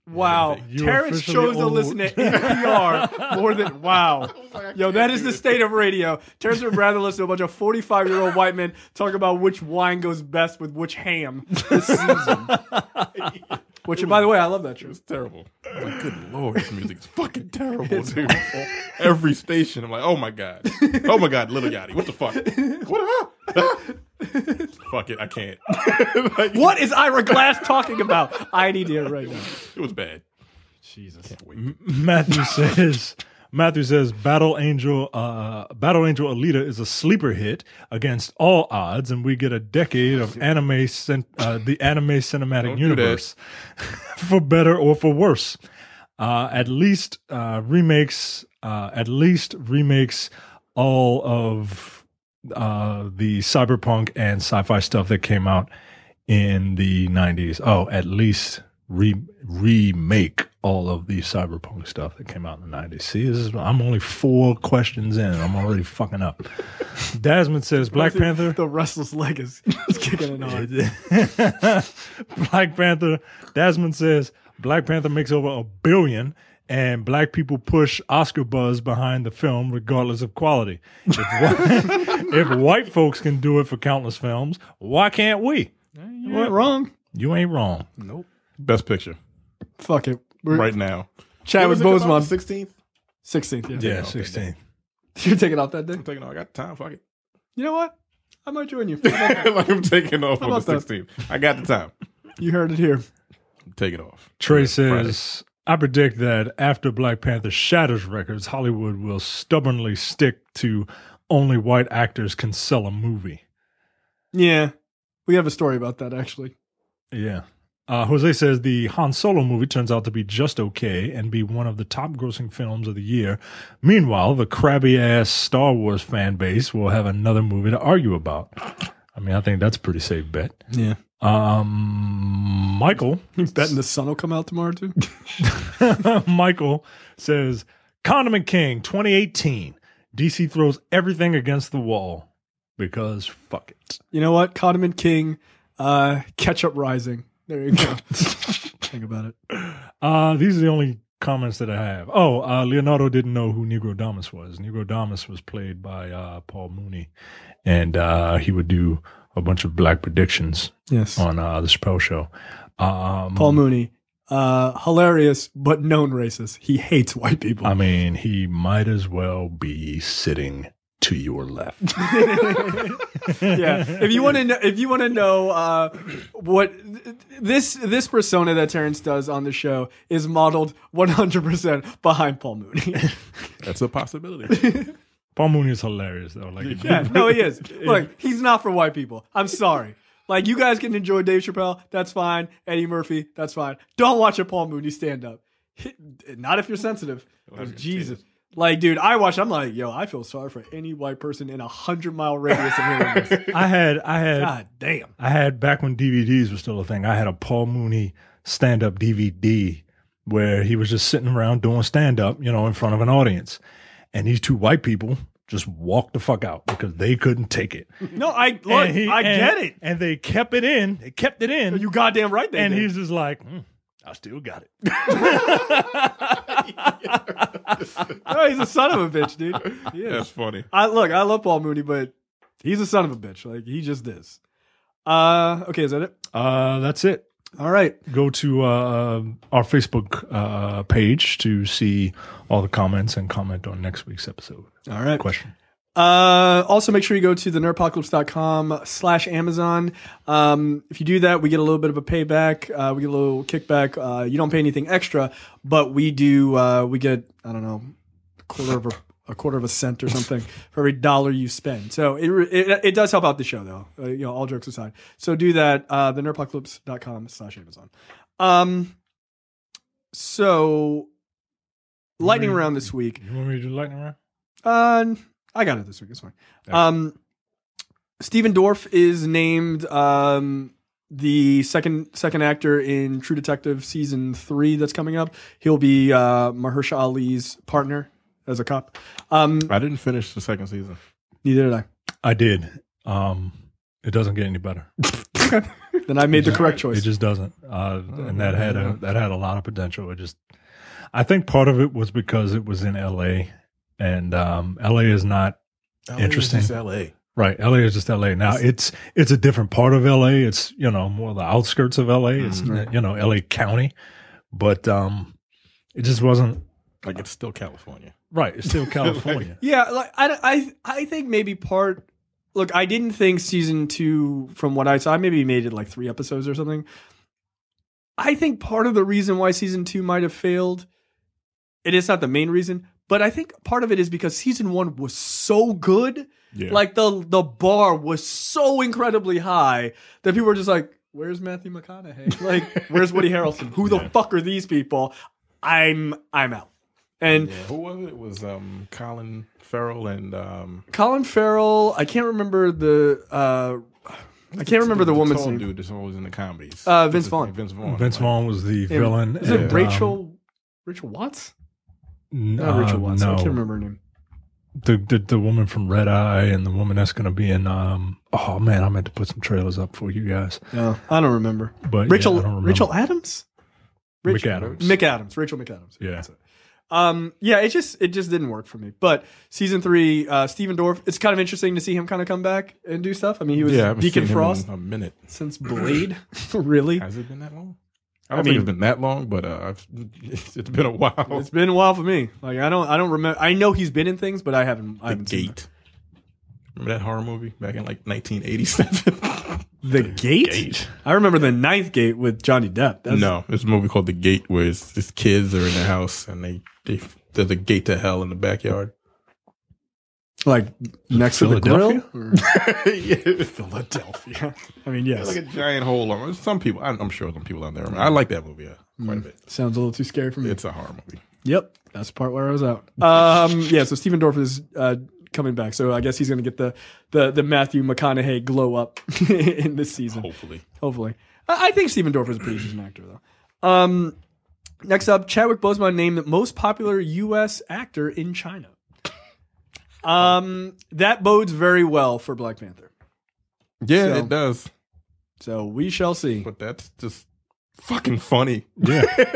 Wow. You Terrence officially chose to old. listen to NPR more than wow. Yo, that is the state of radio. Terrence would rather listen to a bunch of forty-five-year-old white men talk about which wine goes best with which ham this season. Which, by the way, I love that show. It's terrible. I'm like, good lord, this music is fucking terrible, dude. Every station, I'm like, oh my god, oh my god, Little Yachty, what the fuck? What am I? fuck it, I can't. Like, What is Ira Glass talking about? I need to hear it right now. It was bad. Jesus. Can't wait. Matthew says Matthew says Battle Angel uh, Battle Angel Alita is a sleeper hit against all odds, and we get a decade of anime cin- uh, the anime cinematic Don't do that. universe for better or for worse. Uh, at least uh, remakes uh, at least remakes all of uh, the cyberpunk and sci-fi stuff that came out in the 90s. Oh, at least re- remake all of the cyberpunk stuff that came out in the 90s. See, this is, I'm only four questions in and I'm already fucking up. Desmond says Black Panther. The restless leg is, is kicking it on. Black Panther. Desmond says Black Panther makes over a billion, and black people push Oscar buzz behind the film, regardless of quality. If, whi- if white folks can do it for countless films, why can't we? You went wrong. You ain't wrong. Best picture Fuck it. We're, right now. Chad with Bozeman. Sixteenth. 16th. Yeah. Yeah, sixteen. You're taking off that day. I'm taking. off. I got time. Fuck it. You know what? I might join you. like I'm taking off on the about that? sixteenth. I got the time. You heard it here. I'm taking off. Trey Yeah, says, I predict that after Black Panther shatters records, Hollywood will stubbornly stick to only white actors can sell a movie. Yeah. We have a story about that actually. Yeah. Uh, Jose says the Han Solo movie turns out to be just okay and be one of the top grossing films of the year. Meanwhile, the crabby ass Star Wars fan base will have another movie to argue about. I mean, I think that's a pretty safe bet. Yeah. Um, Michael Betting the sun will come out tomorrow too. Michael says, Condiment King 2018. DC throws everything against the wall because fuck it. You know what? Condiment King, uh, Ketchup Rising. There you go. Think about it. Uh, these are the only comments that I have. Oh, uh, Leonardo didn't know who Negro Damas was. Negro Damas was played by uh, Paul Mooney, and uh, he would do a bunch of black predictions Yes. on uh, the Chappelle Show. Um, Paul Mooney, uh, hilarious but known racist. He hates white people. I mean, he might as well be sitting to your left. yeah. If you want to know, if you want to know uh, what this this persona that Terrence does on the show is modeled 100% behind Paul Mooney. That's a possibility. Paul Mooney is hilarious though. Like, if you yeah, no, he is. Look, he's not for white people. I'm sorry. Like you guys can enjoy Dave Chappelle, that's fine. Eddie Murphy, that's fine. Don't watch a Paul Mooney stand up. Not if you're sensitive. if you're Jesus. Like, dude, I watch. I'm like, yo, I feel sorry for any white person in a hundred mile radius of hearing this. I had I had God damn. I had back when DVDs were still a thing. I had a Paul Mooney stand up DVD where he was just sitting around doing stand up, you know, in front of an audience, and these two white people just walked the fuck out because they couldn't take it. No, I look, And he- I and- get it. And they kept it in. They kept it in. You goddamn right. They and did. he's just like, "Mm, I still got it. No, Oh, he's a son of a bitch, dude. He is. That's funny. I look, I love Paul Mooney, but he's a son of a bitch. Like he just is. Uh, okay, is that it? Uh, that's it. All right. go to uh, our Facebook uh, page to see all the comments and comment on next week's episode. All right. Question. Uh, also, make sure you go to the nerdpocalypse.com slash Amazon. Um, if you do that, we get a little bit of a payback. Uh, we get a little kickback. Uh, you don't pay anything extra, but we do. Uh, we get I don't know, quarter of a, a quarter of a cent or something for every dollar you spend. So it re- it, it does help out the show though. Uh, you know, all jokes aside. So do that. Uh, the nerdpocalypse.com slash Amazon. Um, so lightning round this week. You want me to do lightning round? Uh, n- I got it this week. It's fine. Um, Steven Dorff is named um, the second second actor in True Detective season three that's coming up. He'll be uh, Mahershala Ali's partner as a cop. Um, I didn't finish the second season. neither did I. I did. Um, it doesn't get any better. then I made the correct It choice. just doesn't. Uh, and that had a that had a lot of potential. It just I think part of it was because it was in LA and um LA is not Interesting. It's L.A. right. LA is just LA. Now it's it's a different part of LA. It's, you know, more the outskirts of LA. It's you know, LA County. But um it just wasn't Like it's still California. right. It's still California. Yeah, like I, I, I think maybe part. Look, I didn't think season two, from what I saw, I maybe made it like three episodes or something. I think part of the reason why season two might have failed, it is not the main reason, but I think part of it is because season one was so good. Yeah. Like the the bar was so incredibly high that people were just like, "Where's Matthew McConaughey? Like, where's Woody Harrelson? Who the fuck are these people? I'm I'm out." And Yeah, Who was it? It was um, Colin Farrell and um, Colin Farrell. I can't remember the. Uh, I can't remember the, woman's tall name. dude that's always in the comedies. Uh, Vince What's his Vaughn. name? Vince Vaughn. Vince Like, Vaughn was the villain. Is it and, um, Rachel? Rachel Watts? Not uh, Rachel Watts. I no. can't remember her name. the, the the woman from Red Eye and the woman that's going to be in um oh man I meant to put some trailers up for you guys No, I don't remember. but yeah, Rachel. I don't remember. Rachel Adams. Rich- McAdams Mick Adams. Rachel McAdams. Yeah. That's it. Um, yeah, it just it just didn't work for me. But season three, uh, Steven Dorff. It's kind of interesting to see him kind of come back and do stuff. I mean, he was Yeah, I haven't Deacon seen him Frost in a minute. since Blade. really, Has it been that long? I don't mean- think it's been that long, but uh, I've, it's been a while. it's been a while for me. Like I don't I don't remember. I know he's been in things, but I haven't. I The haven't seen them. Gate. Remember that horror movie back in like 1987? The gate? I remember the ninth gate with Johnny Depp. That's, no, it's a movie called The Gate where it's just kids are in the house and they, they there's a gate to hell in the backyard. like next to the grill. Philadelphia? Or- yeah, Philadelphia. I mean, yes, like a giant hole. on- Some people, I'm I'm sure some people out there. remember. I like that movie uh, quite a bit. sounds a little too scary for me. It's a horror movie. yep, that's the part where I was out. Um, yeah, so Stephen Dorff is uh, coming back, so I guess he's going to get the, the the Matthew McConaughey glow up in this season. Hopefully, Hopefully, I, I think Stephen Dorff is a pretty decent actor though. Um, next up, Chadwick Boseman named most popular U.S. actor in China. Um, that bodes very well for Black Panther. yeah, So- it does. So we shall see. But that's just fucking funny.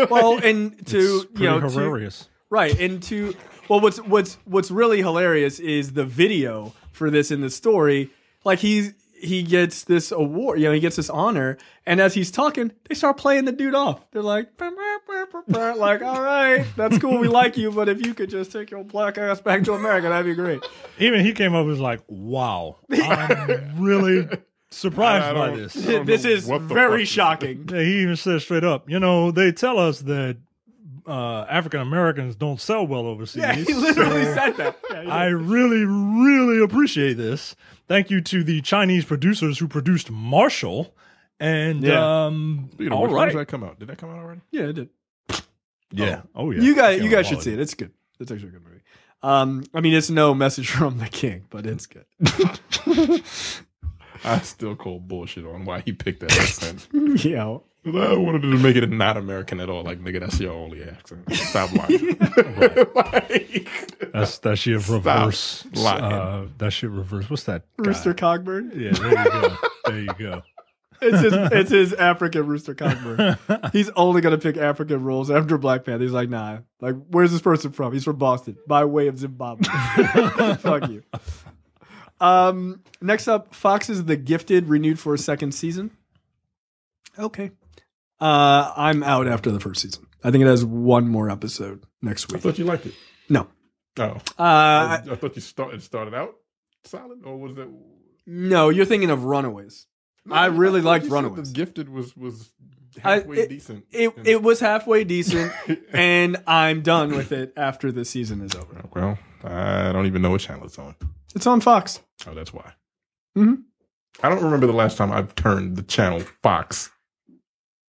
Well, and to pretty you know, to, hilarious right, and to well, what's what's what's really hilarious is the video for this in the story. Like he's he gets this award, you know, he gets this honor, and as he's talking, they start playing the dude off. They're like, "Bah, bah, bah, bah, bah," like, all right, that's cool, we like you, but if you could just take your black ass back to America, that'd be great. even he came up and was like wow I'm really surprised I by don't- this don't This know is what the fuck very is- shocking. Yeah, he even said straight up you know they tell us that uh, African Americans don't sell well overseas Yeah, he literally so said that. Yeah, he I really really appreciate this thank you to the Chinese producers who produced Marshall. And Yeah. um, Speaking of all which, when does right. that come out? Did that come out already? Yeah, it did. Yeah. Oh, yeah. you guys, you guys should see it. It's good. It's actually a good movie. Um, I mean, it's no message from the king, but it's good. I still call bullshit on why he picked that accent. yeah, I wanted to make it not American at all. Like, nigga, that's your only accent. Stop lying. like, That's that shit reverse. lying. Uh, that shit reverse. What's that? guy? Rooster Cogburn. Yeah, there you go. there you go. It's his, it's his African Rooster Cogburn. He's only gonna pick African roles after Black Panther. He's like, nah. Like, where's this person from? He's from Boston, by way of Zimbabwe. Fuck you. Um, next up, Fox's The Gifted renewed for a second season. Okay, uh, I'm out after the first season. I think it has one more episode next I week. thought you liked it. No, Oh, Uh, I, I thought you started started out solid, or was that? no, you're thinking of Runaways. I really thought liked you said Runaways. The Gifted was was I- halfway it- decent. It And- it was halfway decent, and I'm done with it after the season is over. well, I don't even know what channel it's on. It's on Fox. Oh, that's why. Mhm. I don't remember the last time I've turned the channel Fox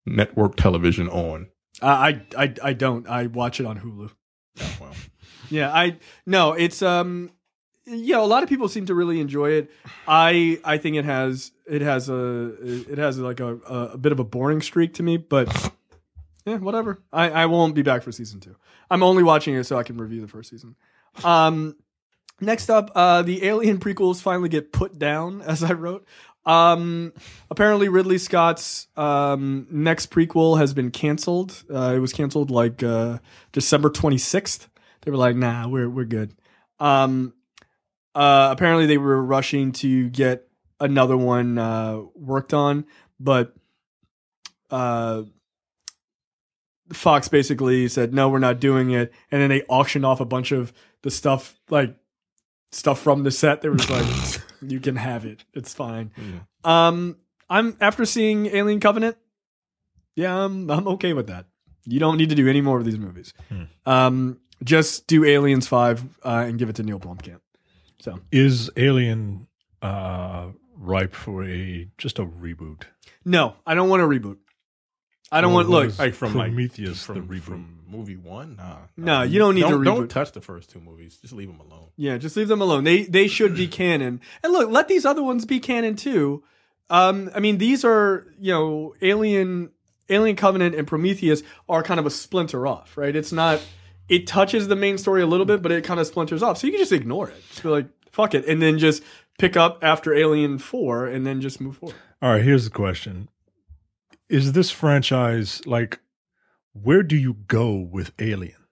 network television on. Uh, I I I, I don't. I watch it on Hulu. Oh, well, Yeah, I no. It's um, you know, a lot of people seem to really enjoy it. I I think it has it has a it has like a a, a bit of a boring streak to me, but. Yeah, whatever. I, I won't be back for season two. I'm only watching it so I can review the first season. Um, next up, uh, the Alien prequels finally get put down, as I wrote. Um, apparently, Ridley Scott's um, next prequel has been canceled. Uh, it was canceled like uh, December 26th. They were like, "Nah, we're we're good." Um, uh, apparently, they were rushing to get another one uh, worked on, but uh, Fox basically said, "No, we're not doing it." And then they auctioned off a bunch of the stuff, like stuff from the set. They were just like, "You can have it. It's fine." Um, I'm after seeing Alien Covenant. Yeah, I'm I'm okay with that. You don't need to do any more of these movies. Um, just do Aliens Five uh, and give it to Neil Blomkamp. So Is Alien uh, ripe for a just a reboot? no, I don't want to reboot. I don't Or want look. was Like from like, Prometheus, from, the reboot. from movie one. Nah, No, you don't need to don't, reboot. Don't touch the first two movies. Just leave them alone. Yeah, just leave them alone. They they should be canon. And look, let these other ones be canon too. Um, I mean, these are you know, Alien, Alien Covenant, and Prometheus are kind of a splinter off, right? It's not. It touches the main story a little bit, but it kind of splinters off. So you can just ignore it. Just be like, fuck it, and then just pick up after Alien Four, and then just move forward. All right, here's the question. Is this franchise like where do you go with Alien?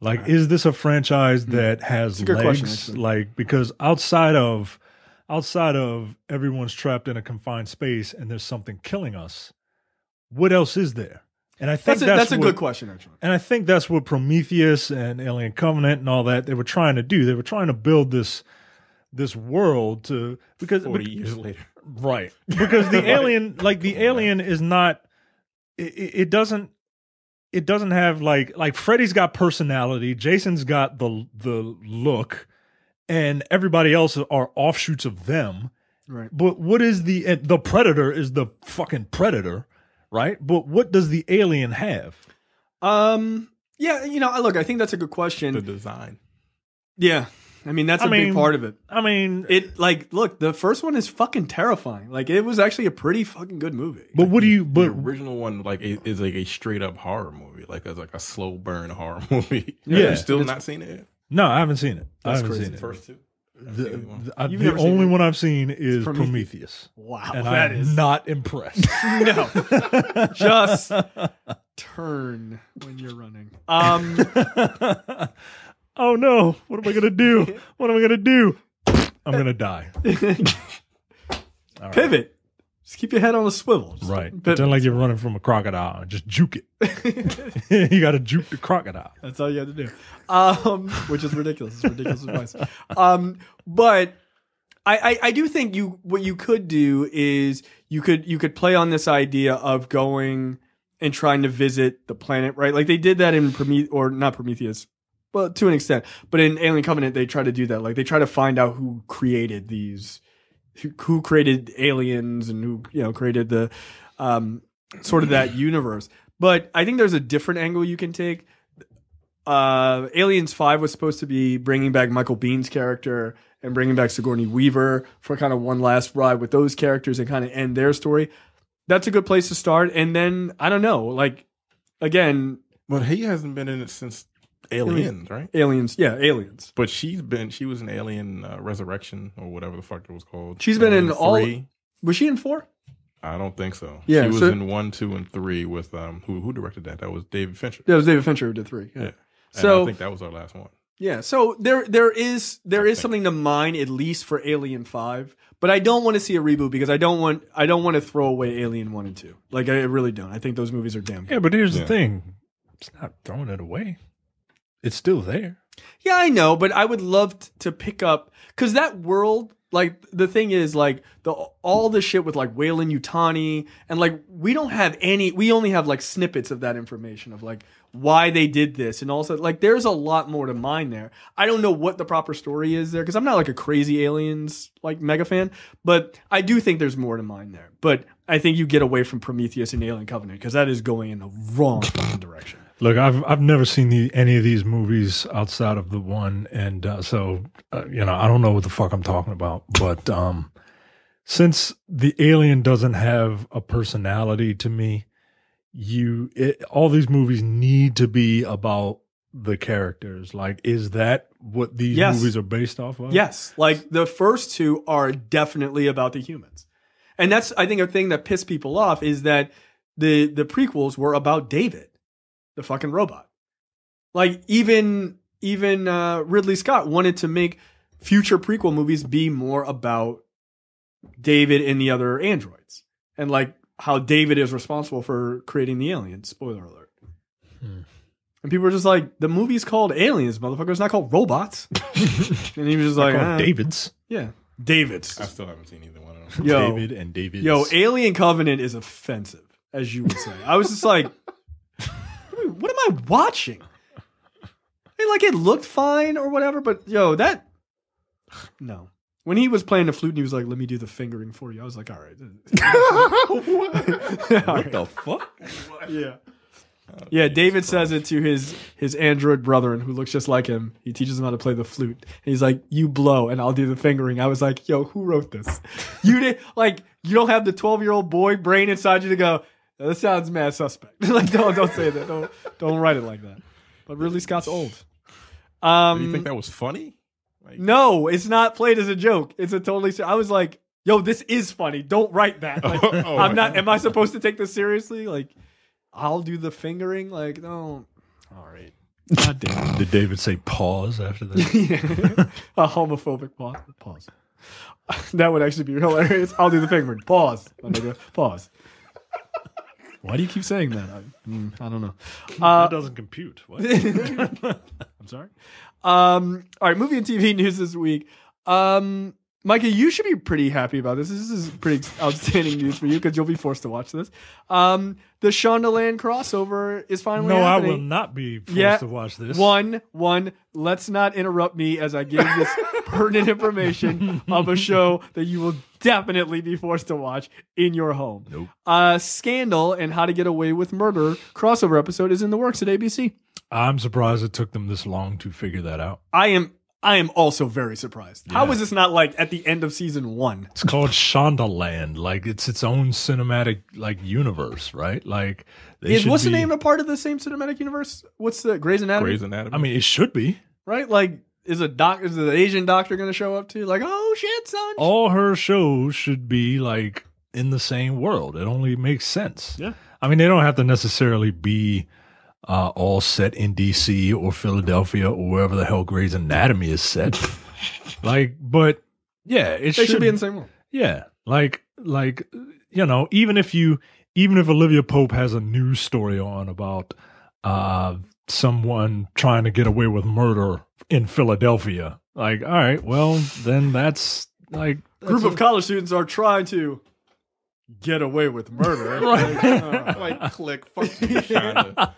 Like is this a franchise that has Ah. Hmm. a good legs? question, actually. like because outside of outside of everyone's trapped in a confined space and there's something killing us, what else is there? And I think That's that's a, that's, a what- good question, actually. and I think that's what Prometheus and Alien Covenant and all that they were trying to do. They were trying to build this this world to because Forty years later, right because the alien like the alien is not it, it doesn't it doesn't have like like freddy's got personality jason's got the the look and everybody else are offshoots of them Right. but what is the and the predator is the fucking predator right but what does the alien have Um. Yeah, you know, I- look, I think that's a good question. the design. yeah, I mean, that's a I big mean, part of it. i mean It like look, the first one is fucking terrifying. Like it was actually a pretty fucking good movie. but what do you The but original one like i- is like a straight up horror movie, like it's like a slow burn horror movie. Yeah. You've still not seen it. no i haven't seen it i That's haven't crazy. seen The it first two. the, seen one. the- I- You've the never seen only it? one i've seen is Prometheus. prometheus. wow, and that I'm is not impressed. no. Just turn when you're running. Um, oh no! What am I gonna do? What am I gonna do? I'm gonna die. pivot. Just keep your head on a swivel. Just Right. pivot. Pretend like you're running from a crocodile and just juke it. you gotta juke the crocodile. That's all you had to do. Um, which is ridiculous. It's ridiculous advice. Um, but I, I, I do think you what you could do is you could you could play on this idea of going and trying to visit the planet, right? Like they did that in Prometheus or not Prometheus, well to an extent. But in Alien Covenant they try to do that. Like they try to find out who created these who, who created aliens and who you know created the um sort of that universe. But I think there's a different angle you can take uh, Aliens Five was supposed to be bringing back Michael Bean's character and bringing back Sigourney Weaver for kind of one last ride with those characters and kind of end their story. That's a good place to start. And then I don't know, like again, But he hasn't been in it since Aliens, right? Aliens. Yeah, Aliens. But she's been she was in Alien uh, Resurrection or whatever the fuck it was called. She's been in Alien all- three. Was she in four? I don't think so. Yeah, she was so- in one, two, and three with um who who directed that? That was David Fincher. Yeah, it was David Fincher who did three. Yeah. Yeah. And So- I think that was our last one. Yeah, so there there is there is something to mine at least for Alien Five, but I don't want to see a reboot because I don't want I don't want to throw away Alien One and Two. Like I really don't. I think those movies are damn good. Yeah, but here's Yeah. the thing: it's not throwing it away. It's still there. Yeah, I know, but I would love t- to pick up because that world, like the thing is, like the all the shit with like Waylon Utani, and like we don't have any. We only have like snippets of that information of like why they did this, and also like there's a lot more to mine there. I don't know what the proper story is there because I'm not like a crazy aliens like mega fan, but I do think there's more to mine there. But I think you get away from Prometheus and Alien Covenant because that is going in the wrong fucking direction. Look, I've I've never seen the, any of these movies outside of the one, and uh, so uh, you know I don't know what the fuck I'm talking about. But um, since the alien doesn't have a personality to me, you it, all these movies need to be about the characters. Like, is that what these Yes. movies are based off of? Yes, like the first two are definitely about the humans. And that's I think a thing that pissed people off is that the the prequels were about David, the fucking robot. Like even even uh, Ridley Scott wanted to make future prequel movies be more about David and the other androids, and like how David is responsible for creating the aliens. Spoiler alert. Hmm. And people were just like, the movie's called Aliens, motherfucker. It's not called Robots. and he was just like, Call it "Ah, David's. yeah, David's. I still haven't seen either one of them. Yo, David and David's. yo, Alien Covenant is offensive, as you would say. I was just like, what am I- what am I watching? And, like it looked fine or whatever, but yo, that no. When he was playing the flute and he was like, "Let me do the fingering for you," I was like, "All right, All right. what the fuck? yeah." Yeah, David says it to his his android brother, and who looks just like him. He teaches him how to play the flute, and he's like, "You blow, and I'll do the fingering." I was like, "Yo, who wrote this? You did like you don't have the twelve year old boy brain inside you to go. "Now, That sounds mad suspect. like, don't don't say that. Don't don't write it like that. But Ridley Scott's old. Um, Do you think that was funny? Like, no, it's not played as a joke. It's a totally. Ser- I was like, "Yo, this is funny. Don't write that." Like, Oh, I'm my not. God. Am I supposed to take this seriously? Like, I'll do the fingering. Like, no. All right. God damn. Did David say pause after that? a homophobic pause. Pause. that would actually be hilarious. I'll do the fingering. Pause. my nigga. Pause. Why do you keep saying that? I, mm, I don't know. Uh, that doesn't compute. What? I'm sorry. Um, all right, movie and TV news this week. Um, Micah, you should be pretty happy about this. This is pretty outstanding news for you because you'll be forced to watch this. Um, the Shondaland crossover is finally no, I happening. will not be forced Yeah. to watch this. One, one. Let's not interrupt me as I give this pertinent information of a show that you will definitely be forced to watch in your home. Nope. Uh, Scandal and How to Get Away with Murder crossover episode is in the works at ABC. I'm surprised it took them this long to figure that out. I am I am also very surprised. How was this not like at the end of season one? It's called Shondaland. Like it's its own cinematic like universe, right? Like they Is should what's the be- name a part of the same cinematic universe? What's the Grey's Anatomy? Grey's Anatomy. I mean, it should be. Right? Like is a doc is the Asian doctor gonna show up too? Like, oh shit, son. All her shows should be like in the same world. It only makes sense. Yeah. I mean, they don't have to necessarily be uh, all set in DC or Philadelphia or wherever the hell Grey's Anatomy is set. like, but yeah, it they should be in the same one. Yeah, like like you know, even if you even if Olivia Pope has a news story on about uh someone trying to get away with murder in Philadelphia, like all right, well then that's like Group of college students are trying to get away with murder. uh, Right. like click, fuck you, Shonda.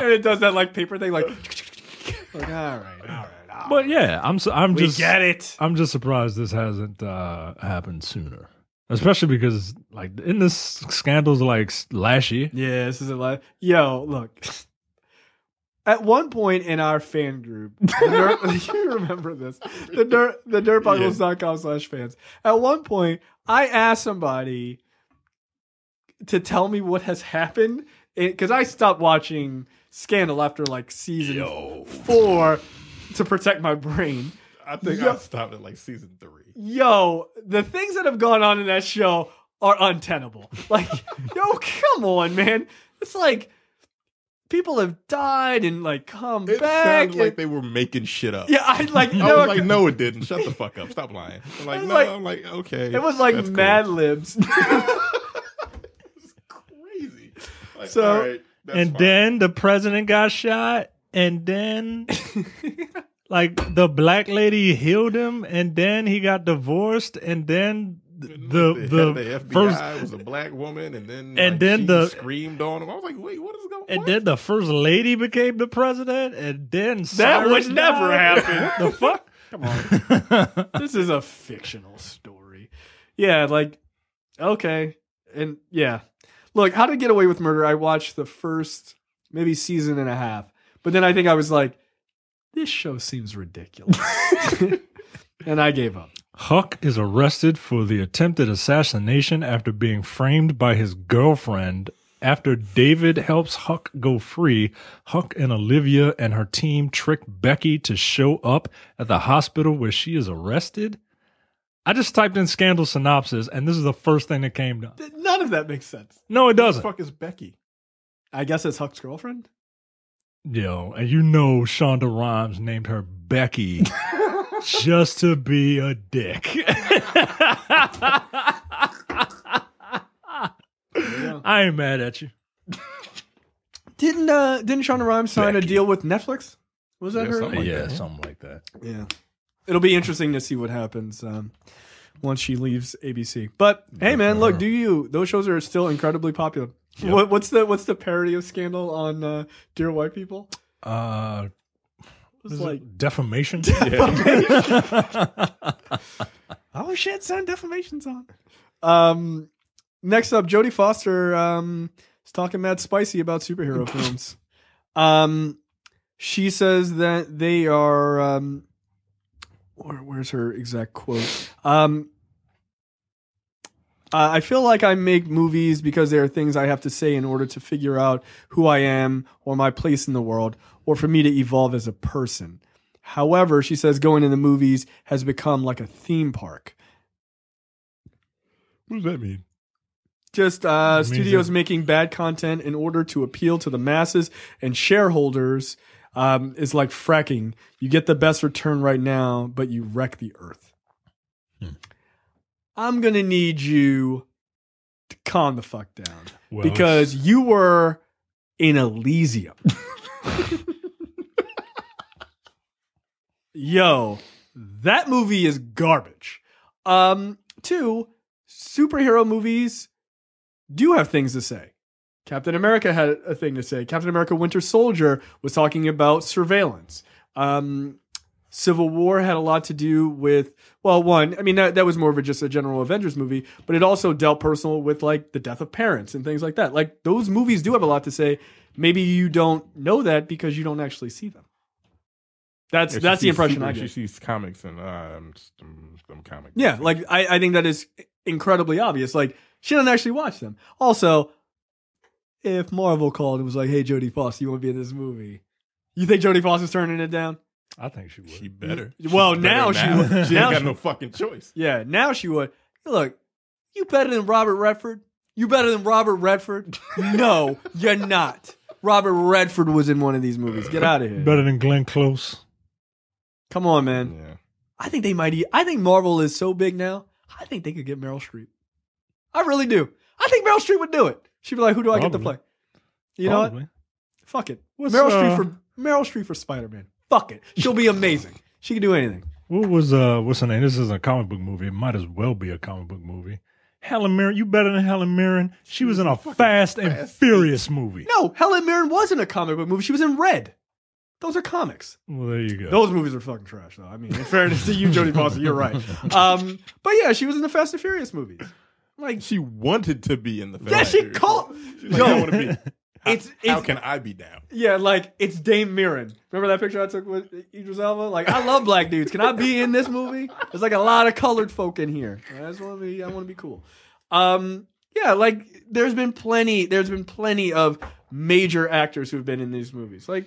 and it does that like paper thing, like, like all right, all right. all but yeah, I'm su- I'm right. we just get it. I'm just surprised this hasn't uh happened sooner. Especially because like in this scandals like s- last year. Yeah, this isn't live. Yo, look. At one point in our fan group, the nerd, you remember this, the nerd, the nerdbuggles.com slash fans. At one point, I asked somebody to tell me what has happened because I stopped watching Scandal after like season four to protect my brain. I think I stopped at like season three. Yo, the things that have gone on in that show are untenable. Like, yo, come on, man. It's like people have died and like come It back. sounded like they were making shit up. yeah, I like I no, was like, no, it didn't. Shut the fuck up. Stop lying. I'm It like, was no, like- I'm like, okay. it was like that's cool. Mad Libs. crazy. Like, So- all right, that's and fine. then the president got shot, and then like the black lady healed him, and then he got divorced, and then the Like, the, the FBI first, was a black woman, and then And like, then she the- screamed on him. I was like, wait, what is going? and what? then the first lady became the president, and then that Cyrus would never died. happen. The fuck? come on. This is a fictional story. Yeah, like okay. And yeah. Look, How to Get Away with Murder, I watched the first maybe season and a half. But then I think I was like, this show seems ridiculous. and I gave up. Huck is arrested for the attempted assassination after being framed by his girlfriend. After David helps Huck go free, Huck and Olivia and her team trick Becky to show up at the hospital where she is arrested. I just typed in scandal synopsis, and this is the first thing that came up. None of that makes sense. No, it the doesn't. fuck is Becky? I guess it's Huck's girlfriend. Yo, and you know Shonda Rhimes named her Becky just to be a dick. go. I ain't mad at you. Didn't uh didn't Shonda Rhimes sign a Becky. deal with Netflix? Was that Yeah, her? something like yeah, that. something like that. Yeah. It'll be interesting to see what happens um, once she leaves ABC. But hey, man, look, do you? Those shows are still incredibly popular. What, what's the what's the parody of Scandal on uh, Dear White People? Uh, It's is it like defamation. oh shit, son, defamation's on. Um, next up, Jodie Foster um, is talking mad spicy about superhero films. Um, she says that they are. Um, where, where's her exact quote? Um, uh, I feel like I make movies because there are things I have to say in order to figure out who I am or my place in the world, or for me to evolve as a person. However, she says going to the movies has become like a theme park. What does that mean? Just uh, means studios that- making bad content in order to appeal to the masses and shareholders um, is like fracking. You get the best return right now, but you wreck the earth. Hmm. I'm going to need you to calm the fuck down Well, because you were in Elysium. Yo, that movie is garbage. Um, two, superhero movies do have things to say. Captain America had a thing to say. Captain America Winter Soldier was talking about surveillance. Um, Civil War had a lot to do with, well, one, I mean, that, that was more of a, just a general Avengers movie, but it also dealt personal with like the death of parents and things like that. Like those movies do have a lot to say. Maybe you don't know that because you don't actually see them. That's Yeah, she that's the sees impression super- I get. She sees comics and uh, I'm just I'm, I'm comic. Yeah, like I, I think that is incredibly obvious. Like she doesn't actually watch them. Also, if Marvel called and was like, "Hey, Jodie Foster, you want to be in this movie?" You think Jodie Foster's turning it down? I think she would. She better. Well, She now better she would. She Now ain't got she- no fucking choice. Yeah, now she would. Look, you better than Robert Redford. You better than Robert Redford. no, you're not. Robert Redford was in one of these movies. Get out of here. better than Glenn Close. Come on, man. Yeah. I think they might. E- I think Marvel is so big now. I think they could get Meryl Streep. I really do. I think Meryl Streep would do it. She'd be like, "Who do I get to play?" Probably. You know what? Probably. Fuck it. What's, Meryl uh, Streep for Meryl Streep for Spider Man. Fuck it. She'll be amazing. she can do anything. What was uh? What's her name? This is a comic book movie. It might as well be a comic book movie. Helen Mirren, you better than Helen Mirren. She was in a Fast and Furious movie. No, Helen Mirren wasn't a comic book movie. She was in Red. Those are comics. Well, there you go. Those movies are fucking trash, though. I mean, in fairness to you, Jodie Foster, you're right. Um, but yeah, she was in the Fast and Furious movies. Like, She wanted to be in the film. yeah, she called. She's like, Yo. I want to be. It's, it's How can I be down? Yeah, like it's Dame Mirren. Remember that picture I took with Idris Elba? Like, I love black dudes. Can I be in this movie? There's like a lot of colored folk in here. I just want to be. I want to be cool. Um, yeah, like there's been plenty. There's been plenty of major actors who've been in these movies. Like,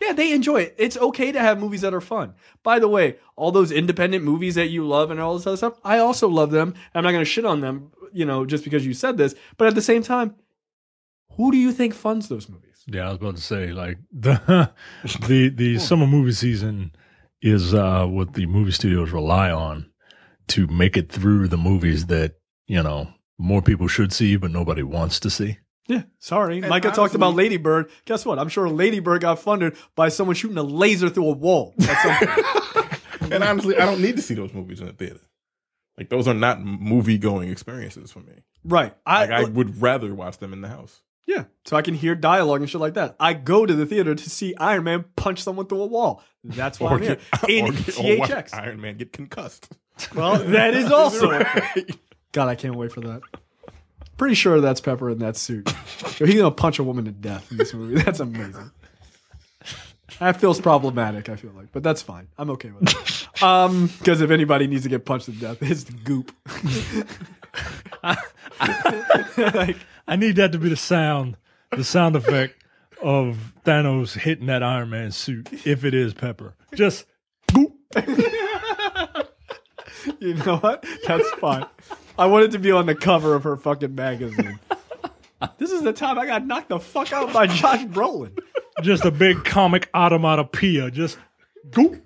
yeah, they enjoy it. It's okay to have movies that are fun. By the way, all those independent movies that you love and all this other stuff, I also love them. I'm not gonna shit on them, you know, just because you said this. But at the same time, who do you think funds those movies? Yeah, I was about to say like the the the summer movie season is uh, what the movie studios rely on to make it through the movies that you know more people should see, but nobody wants to see. Yeah, sorry. Micah talked about Lady Bird. Guess what? I'm sure Lady Bird got funded by someone shooting a laser through a wall. And honestly, I don't need to see those movies in the theater. Like those are not movie going experiences for me. right. I, Like I would rather watch them in the house. yeah. So I can hear dialogue and shit like that. I go to the theater to see Iron Man punch someone through a wall. That's why Or I'm here get- in or get- or watch THX. Iron Man get concussed. Well, that is also. Right. God, I can't wait for that. Pretty sure that's Pepper in that suit. Yo, He's gonna punch a woman to death in this movie. That's amazing. That feels problematic. I feel like, but that's fine. I'm okay with it. Um, because if anybody needs to get punched to death, it's the goop. like, I need that to be the sound, the sound effect of Thanos hitting that Iron Man suit if it is Pepper. Just You know what? That's fine. I wanted to be on the cover of her fucking magazine. This is the time I got knocked the fuck out by Josh Brolin. Just a big comic automatopoeia. Just go.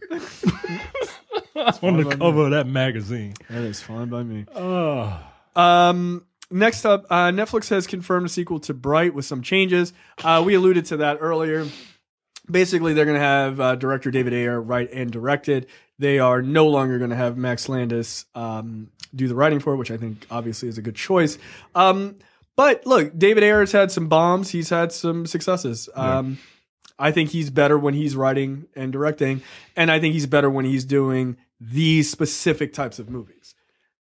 on the cover of that magazine. That is fine by me. Oh, Um, next up, uh, Netflix has confirmed a sequel to Bright with some changes. Uh, we alluded to that earlier. Basically, they're going to have uh, director David Ayer write and direct it. They are no longer going to have Max Landis um, do the writing for it, which I think obviously is a good choice. Um, but look, David Ayer's had some bombs. He's had some successes. Um, I think he's better when he's writing and directing, and I think he's better when he's doing these specific types of movies.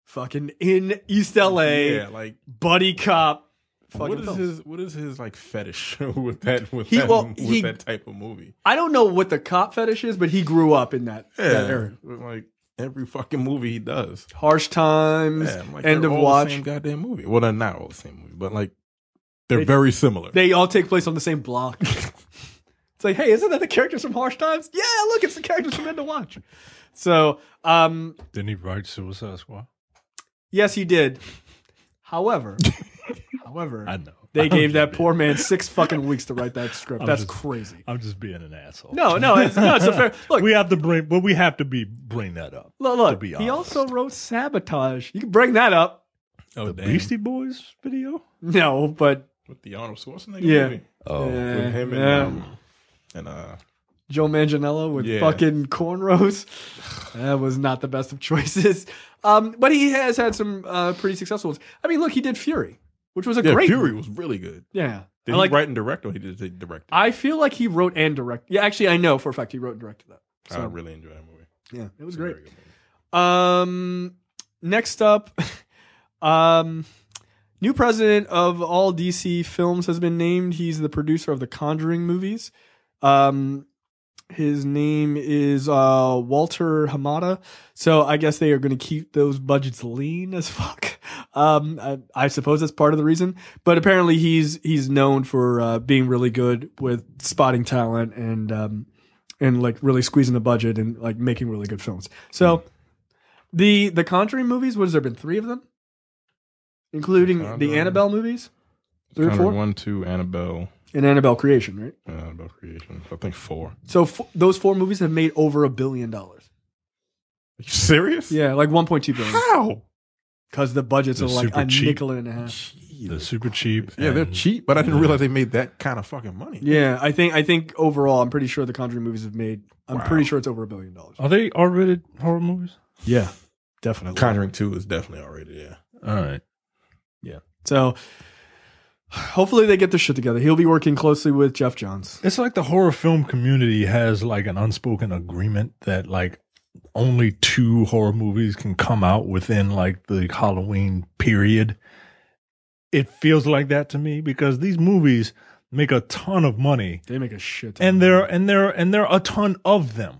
Fucking in East LA, Yeah, like buddy cop. Fucking what is films. his what is his like fetish with that with, He- that, well, with he- that type of movie? I don't know what the cop fetish is, but he grew up in that, that era. like every fucking movie he does. Harsh times, Yeah, I'm like, end they're of all watch. The same goddamn movie. Well, they're not all the same movie, but like they're They- very similar. They all take place on the same block. it's like, hey, isn't that the characters from Harsh Times? Yeah, look, it's the characters from End of Watch. So, um, didn't he write Suicide Squad? yes, he did. However, however, I know. they I'm gave that just poor man six fucking weeks to write that script. I'm That's just- crazy. being- I'm just being an asshole. No, no, it's, no, it's a fair look. we have to bring, but we have to be bring that up. look, look, to be he honest. also wrote "Sabotage." You can bring that up. oh, The damn. Beastie Boys video. No, but with the Arnold Schwarzenegger Yeah. movie Oh, with him and yeah. um, and uh, Joe Manganiello with Yeah. fucking cornrows. That was not the best of choices. Um, but he has had some uh, pretty successful ones. I mean, look, he did Fury, which was a yeah, great Fury was really good. Yeah, Did I like. he write and direct or he did he direct? it? I feel like he wrote and directed. Yeah, actually, I know for a fact he wrote and directed that. I Oh, really enjoyed that movie. Yeah, it was It's a very great. good movie. Um, next up, um, new president of all DC films has been named. He's the producer of the Conjuring movies. Um, his name is uh, Walter Hamada. So I guess they are going to keep those budgets lean as fuck. Um, I, I suppose that's part of the reason. But apparently, he's he's known for uh, being really good with spotting talent and um, and like really squeezing the budget and like making really good films. So the the Conjuring movies, what has there been three of them, including the Conjuring. Annabelle movies, three or Conjuring four, One, two, Annabelle, and Annabelle Creation, right? uh, Annabelle Creation. I think four. So f- those four movies have made over a billion dollars. Are you serious? Yeah, like 1.2 billion. How? Because the budgets They're are like super a cheap. nickel and a half. they're super cheap. Yeah, they're and- cheap, but I didn't realize they made that kind of fucking money. Yeah, I think I think overall, I'm pretty sure the Conjuring movies have made. I'm pretty sure it's over a billion dollars. Are they R-rated horror movies? Yeah, definitely. Conjuring Two is definitely already yeah. All right. So hopefully they get their shit together. He'll be working closely with Jeff Johns. It's like the horror film community has like an unspoken agreement that like only two horror movies can come out within like the Halloween period. It feels like that to me because these movies make a ton of money They make a shit. ton and of there money. and there and there are a ton of them.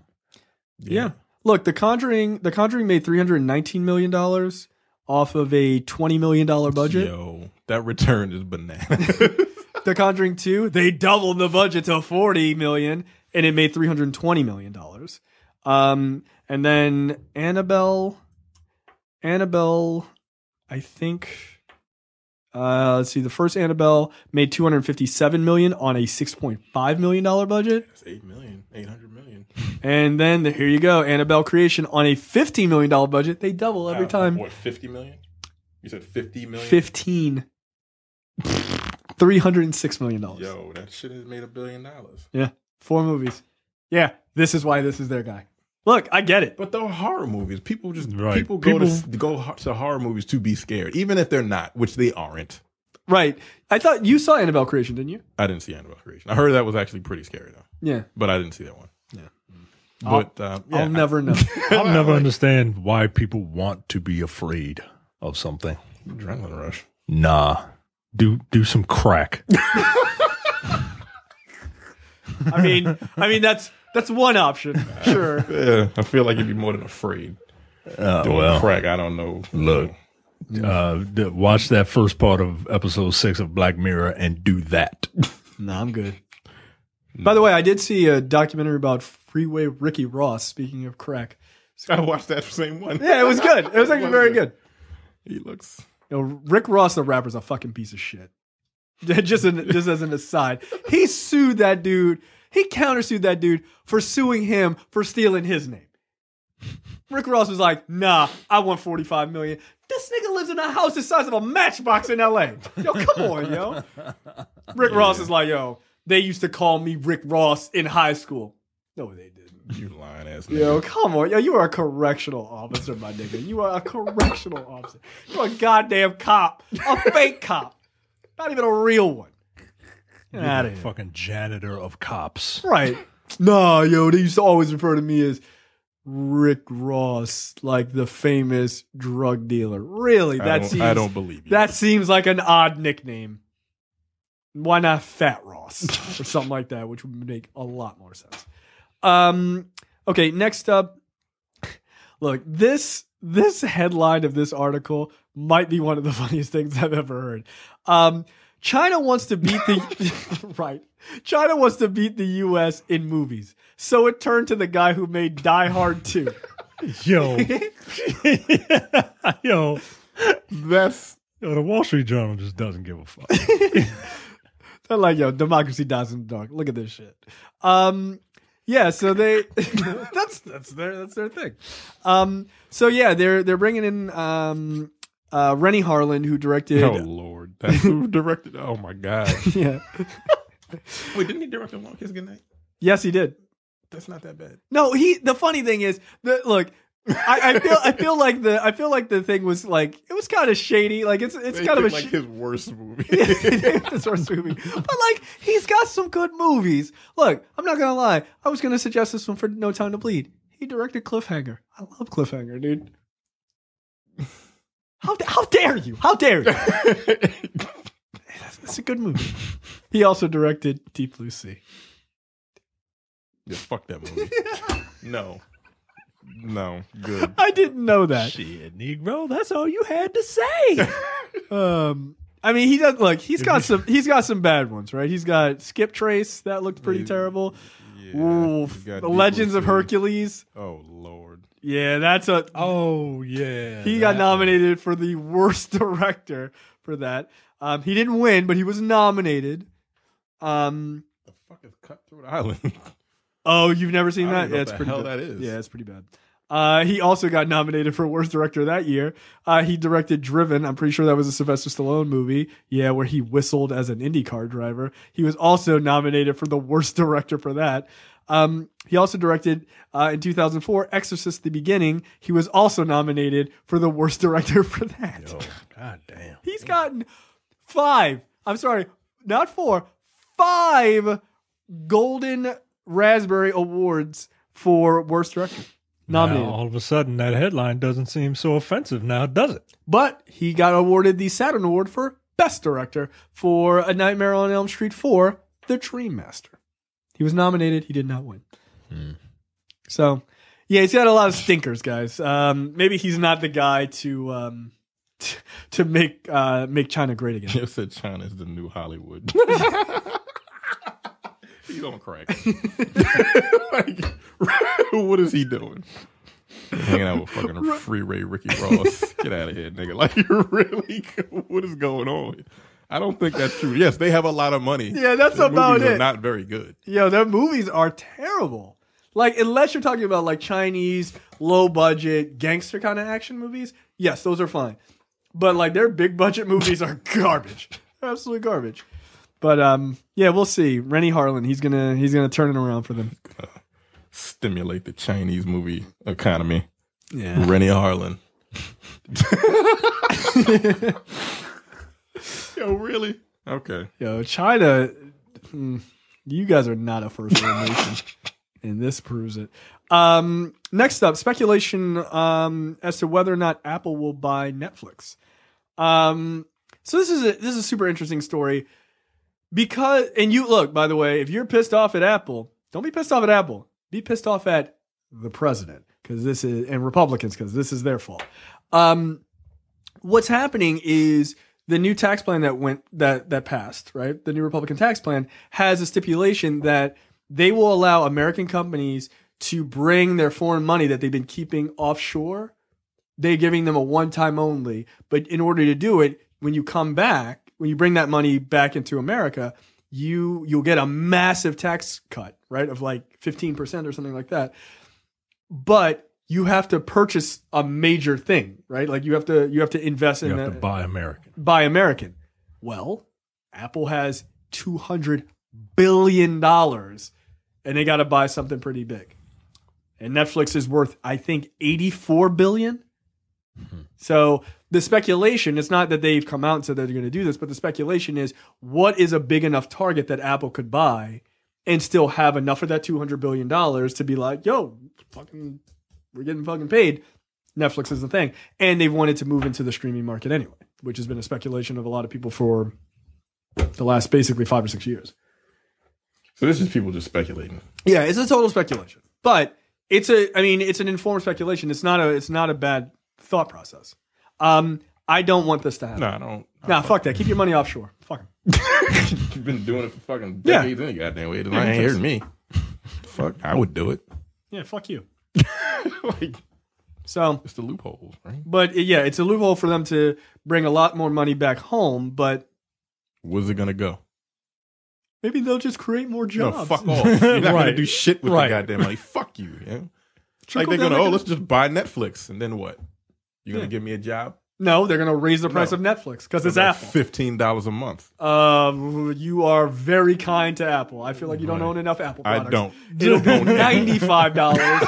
yeah. Look, the Conjuring. The Conjuring made 319 million dollars off of a 20 million dollar budget. Yo, that return is banana. The Conjuring 2, they doubled the budget to 40 million and it made 320 million dollars. Um and then Annabelle Annabelle I think uh let's see the first Annabelle made 257 million on a 6.5 million dollar budget That's eight million, eight hundred million. and then here you go Annabelle Creation on a 15 million dollar budget they double every Uh, time What, 50 million? You said 50 million? 15 306 million dollars. Yo, that shit has made a billion dollars. Yeah. Four movies. Yeah. This is why this is their guy. Look, I get it. But they're horror movies. People just Right. people go to People- go ho- to horror movies to be scared, even if they're not, which they aren't. Right. I thought you saw Annabelle Creation, didn't you? I didn't see Annabelle Creation. I heard that was actually pretty scary though, Yeah. but I didn't see that one. Yeah. But um, yeah, I'll never know. I'll never understand why people want to be afraid of something. adrenaline rush. Nah. Do do some crack. I mean, I mean that's that's one option. Sure. Yeah, I feel like you'd be more than afraid. Oh, Uh, Doing crack, I don't know. Look, uh, th- watch that first part of episode six of Black Mirror and do that. No, I'm good. By the way, I did see a documentary about Freeway Ricky Ross. Speaking of crack, I watched that same one. Yeah, it was good. It was actually very good. He looks. You know, Rick Ross, the rapper, is a fucking piece of shit. just an, just as an aside, he sued that dude. He countersued that dude for suing him for stealing his name. Rick Ross was like, "Nah, I want forty five million. This nigga lives in a house the size of a matchbox in L.A. Yo, come on, yo." Rick Ross is like, "Yo, they used to call me Rick Ross in high school. No, they didn't." You lying ass. Yo, nigga. come on. Yo, you are a correctional officer, my nigga. You are a correctional officer. You're a goddamn cop. A fake cop. Not even a real one. Get out You're the of here. fucking janitor of cops. Right. Nah, yo, they used to always refer to me as Rick Ross, like the famous drug dealer. Really? I, That don't, seems I don't believe you. that seems like an odd nickname. Why not Fat Ross or something like that, which would make a lot more sense. Um, okay, next up, look this this headline of this article might be one of the funniest things I've ever heard. Um, China wants to beat the right. China wants to beat the U.S. in movies, so it turned to the guy who made Die Hard Two. Yo. Yo. That's Yo, the Wall Street Journal just doesn't give a fuck. They're like, yo, democracy dies in the dark. Look at this shit. Um, yeah, so they that's that's their that's their thing. Um, so yeah, they're they're bringing in um, uh, Rennie Harlan who directed. oh lord. That's who directed. Oh my god. Yeah, Wait, didn't he direct a Long Kiss Goodnight? yes, he did. That's not that bad. No, he. The funny thing is, the look. I, I feel I feel like the I feel like the thing was like it was kind of shady. Like it's it's They kind of a picked, like sh- his worst movie. this worst movie. But like, he's got some good movies. Look, I'm not gonna lie. I was gonna suggest this one for No Time to Bleed. He directed Cliffhanger. I love Cliffhanger, dude. How da- how dare you? How dare you? It's a good movie. He also directed Deep Blue Sea. Just fuck that movie. No. No. Good. I didn't know that. Shit, Negro, that's all you had to say. Um, I mean, he does. Look, he's got some. He's got some bad ones, right? He's got Skip Trace. That looked pretty Yeah. terrible. Yeah, Ooh, you f- got the Deep Legends Blue of Sea. Hercules. Oh lord. Yeah, that's a oh, yeah. He got that- nominated for the worst director for that. Um, he didn't win, but he was nominated. Um, The fuck is Cutthroat Island? oh, you've never seen I that? don't even Yeah, know what it's the pretty hell bad. that is. Yeah, it's pretty bad. Uh, he also got nominated for worst director that year. Uh, he directed Driven. I'm pretty sure that was a Sylvester Stallone movie. Yeah, where he whistled as an IndyCar driver. He was also nominated for the worst director for that. Um, he also directed uh, in 2004 Exorcist: The Beginning. He was also nominated for the worst director for that. Oh, God damn. He's gotten five. I'm sorry, not four. Five Golden Raspberry Awards for worst director nominated. Now, all of a sudden, that headline doesn't seem so offensive now, does it? But he got awarded the Saturn Award for best director for A Nightmare on Elm Street for The Dream Master. He was nominated. He did not win. So, yeah, he's got a lot of stinkers, guys. Um, maybe he's not the guy to um, to make uh, make China great again. It said China is the new Hollywood. you don't crack. like, what is he doing? Hanging out with fucking Freeway Ricky Ross. Get out of here, nigga. Like, you're really, what is going on? I don't think that's true. Yes, they have a lot of money. Yeah, that's Their about movies are it. not very good. Yo, their movies are terrible. Like, unless you're talking about like Chinese, low budget, gangster kind of action movies, yes, those are fine. But like their big budget movies are garbage. They're absolute garbage. But um, yeah, we'll see. Rennie Harlan, he's gonna he's gonna turn it around for them. Stimulate the Chinese movie economy. Yeah. Rennie Harlan. Yo, really? Okay. Yo, China, mm, you guys are not a first world nation, and this proves it. Um, next up, speculation um, as to whether or not Apple will buy Netflix. Um, so this is a this is a super interesting story because and you look by the way, if you're pissed off at Apple, don't be pissed off at Apple. Be pissed off at the president because this is and Republicans because this is their fault. Um, what's happening is the new tax plan that went that that passed, right? The new Republican tax plan has a stipulation that they will allow American companies to bring their foreign money that they've been keeping offshore. They're giving them a one time only. But in order to do it, when you come back, when you bring that money back into America, you you'll get a massive tax cut, right? Of like 15% or something like that. But you have to purchase a major thing, right? Like you have to you have to invest You in have that to buy American. buy American. Well, Apple has two hundred billion dollars, and they got to buy something pretty big. And Netflix is worth, I think, eighty-four billion. So the speculation is not that they've come out and said that they're going to do this, but the speculation is what is a big enough target that Apple could buy and still have enough of that two hundred billion dollars to be like, yo, fucking, we're getting fucking paid. Netflix is the thing, and they've wanted to move into the streaming market anyway, which has been a speculation of a lot of people for the last basically five or six years. So this is people just speculating. Yeah, it's a total speculation, but it's a. I mean, it's an informed speculation. It's not a. It's not a bad thought process. Um, I don't want this to happen. No, I don't. I Nah, fuck that. Keep your money offshore. Fuck 'em. You've been doing it for fucking Yeah. decades any goddamn way. It ain't hearing me. Fuck, I would do it. Yeah, fuck you. like, So, it's the loopholes, right? but yeah, it's a loophole for them to bring a lot more money back home, but Where's it gonna go? maybe they'll just create more No, jobs. fuck off. You're not gonna Right. do shit with Right. the goddamn money. Fuck you. Yeah? Like Trickle they're down gonna, oh, economics. let's just buy Netflix and then what? You gonna Yeah. give me a job? No, they're going to raise the price No. of Netflix because it's About Apple. Fifteen dollars a month. Um, you are very kind to Apple. I feel like you don't Right. own enough Apple I products. don't. It'll be Don't. ninety-five dollars,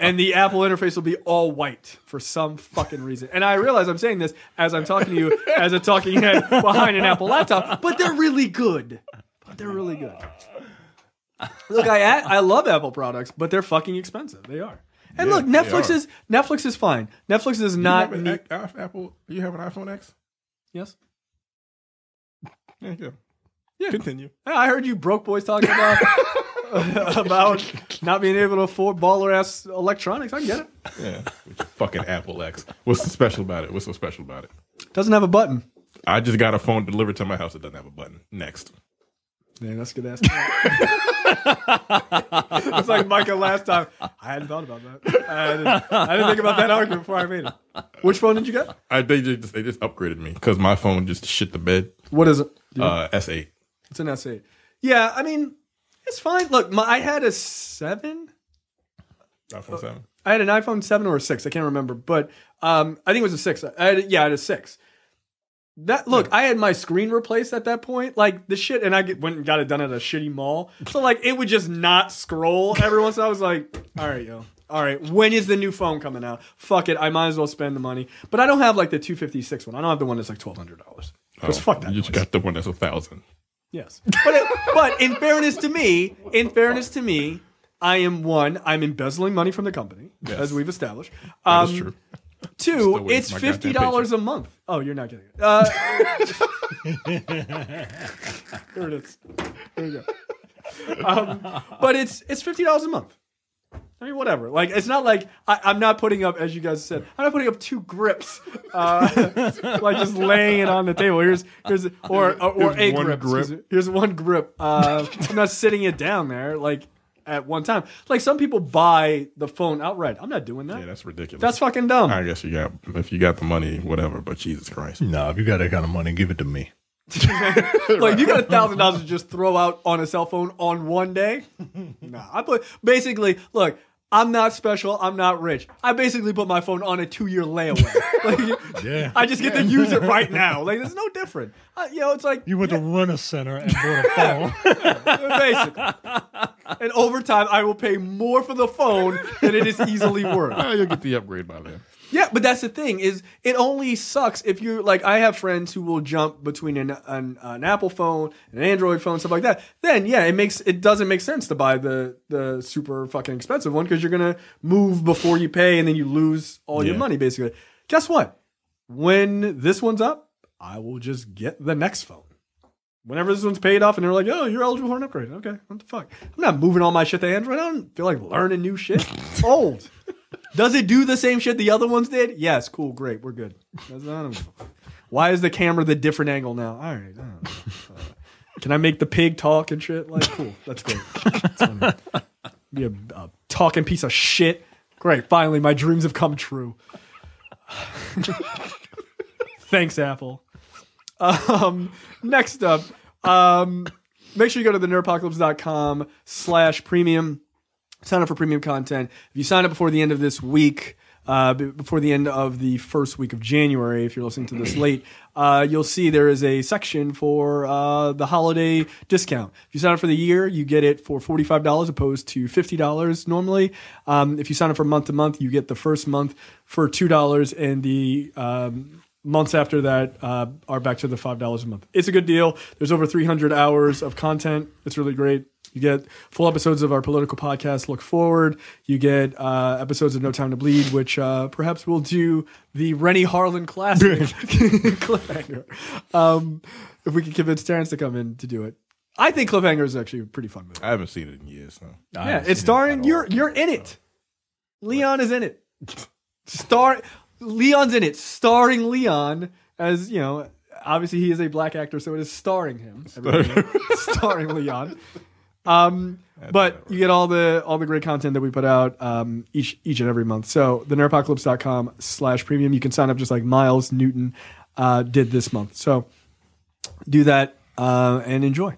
and the Apple interface will be all white for some fucking reason. And I realize I'm saying this as I'm talking to you as a talking head behind an Apple laptop, but they're really good. But they're really good. Look, I I love Apple products, but they're fucking expensive. They are. And Yeah, look, they Netflix are. is Netflix is fine. Netflix is not you have an neat. Ac- Apple. You have an iPhone X? Yes. There you go. Yeah. Continue. Yeah, I heard you broke boys talking about about not being able to afford baller ass electronics. I get it. Yeah. With your fucking Apple X. What's so special about it? What's so special about it? Doesn't have a button. I just got a phone delivered to my house that doesn't have a button. Next. Man, that's good ass. it's like Michael last time. I hadn't thought about that. I didn't, I didn't think about that argument before I made it. Which phone did you get? I, they just they just upgraded me because my phone just shit the bed. What is it? Uh, S8. It's an S8. Yeah, I mean, it's fine. Look, my, I had a seven. iPhone 7. I had an iPhone seven or a six. I can't remember, but um, I think it was a six. I had, yeah, I had a six. That look, I had my screen replaced at that point, like the shit, and I get, went and got it done at a shitty mall. So like, it would just not scroll every once. in a while. I was like, all right, yo, all right, when is the new phone coming out? Fuck it, I might as well spend the money. But I don't have like the two fifty six one. I don't have the one that's like twelve hundred dollars. Because fuck that. Oh, You just noise. got the one that's a thousand. Yes, but it, but in fairness to me, in fairness to me, I am one. I'm embezzling money from the company, as we've established. Um, That's true. Two, waiting it's for my fifty goddamn dollars a month. Oh, you're not getting it. Uh, there it is. There you go. Um, but it's it's fifty dollars a month. I mean, whatever. Like, it's not like I, I'm not putting up, as you guys said, I'm not putting up two grips, uh, like just laying it on the table. Here's here's or or, or Here's a one grip. grip. excuse me. Here's one grip. Uh, I'm not sitting it down there like at one time. Like some people buy the phone outright. I'm not doing that. Yeah, that's ridiculous. That's fucking dumb. I guess you got if you got the money, whatever. But Jesus Christ, No, if you got that kind of money, give it to me. Like you got a thousand dollars to just throw out on a cell phone on one day? Nah, I put basically look. I'm not special. I'm not rich. I basically put my phone on a two-year layaway. Like, Yeah. I just get to use it right now. Like it's no different. I, you know, it's like uh, You went to Rent a Center and bought a phone. basically. And over time, I will pay more for the phone than it is easily worth. Ah, you'll get the upgrade by then. Yeah, but that's the thing is it only sucks if you're like I have friends who will jump between an an, an Apple phone, an Android phone, stuff like that. Then yeah, it makes it doesn't make sense to buy the the super fucking expensive one because you're gonna move before you pay and then you lose all your Yeah. money basically. Guess what? When this one's up, I will just get the next phone. Whenever this one's paid off and they're like, oh, you're eligible for an upgrade. Okay, what the fuck? I'm not moving all my shit to Android. I don't feel like learning new shit. It's old. Does it do the same shit the other ones did? Yes, cool, great, we're good. That's not Why is the camera the different angle now? All right. I don't know. Uh, can I make the pig talk and shit? Like, cool, that's great. That's fine. you uh, talking piece of shit. Great, finally, my dreams have come true. Thanks, Apple. Um, next up, um, make sure you go to the slash premium sign up for premium content. If you sign up before the end of this week, uh, b- before the end of the first week of January, if you're listening to this late, uh, you'll see there is a section for uh, the holiday discount. If you sign up for the year, you get it for $45 opposed to $50 normally. Um, if you sign up for month to month, you get the first month for $2 and the um, months after that uh, are back to the five dollars a month. It's a good deal. There's over 300 hours of content. It's really great. You get full episodes of our political podcast. Look forward. You get uh, episodes of No Time to Bleed, which uh, perhaps we'll do the Rennie Harlan classic cliffhanger. Um, if we can convince Terrence to come in to do it, I think cliffhanger is actually a pretty fun movie. I haven't seen it in years. So. I Yeah, haven't it's seen it starring at you're all. you're in it. Leon is in it. Star Leon's in it, starring Leon as you know. Obviously, he is a black actor, so it is starring him. everybody. starring Leon. Um, but you get all the all the great content that we put out um, each each and every month. So the nerdpocalypse.com slash premium. You can sign up just like Miles Newton uh, did this month. So do that uh, and enjoy.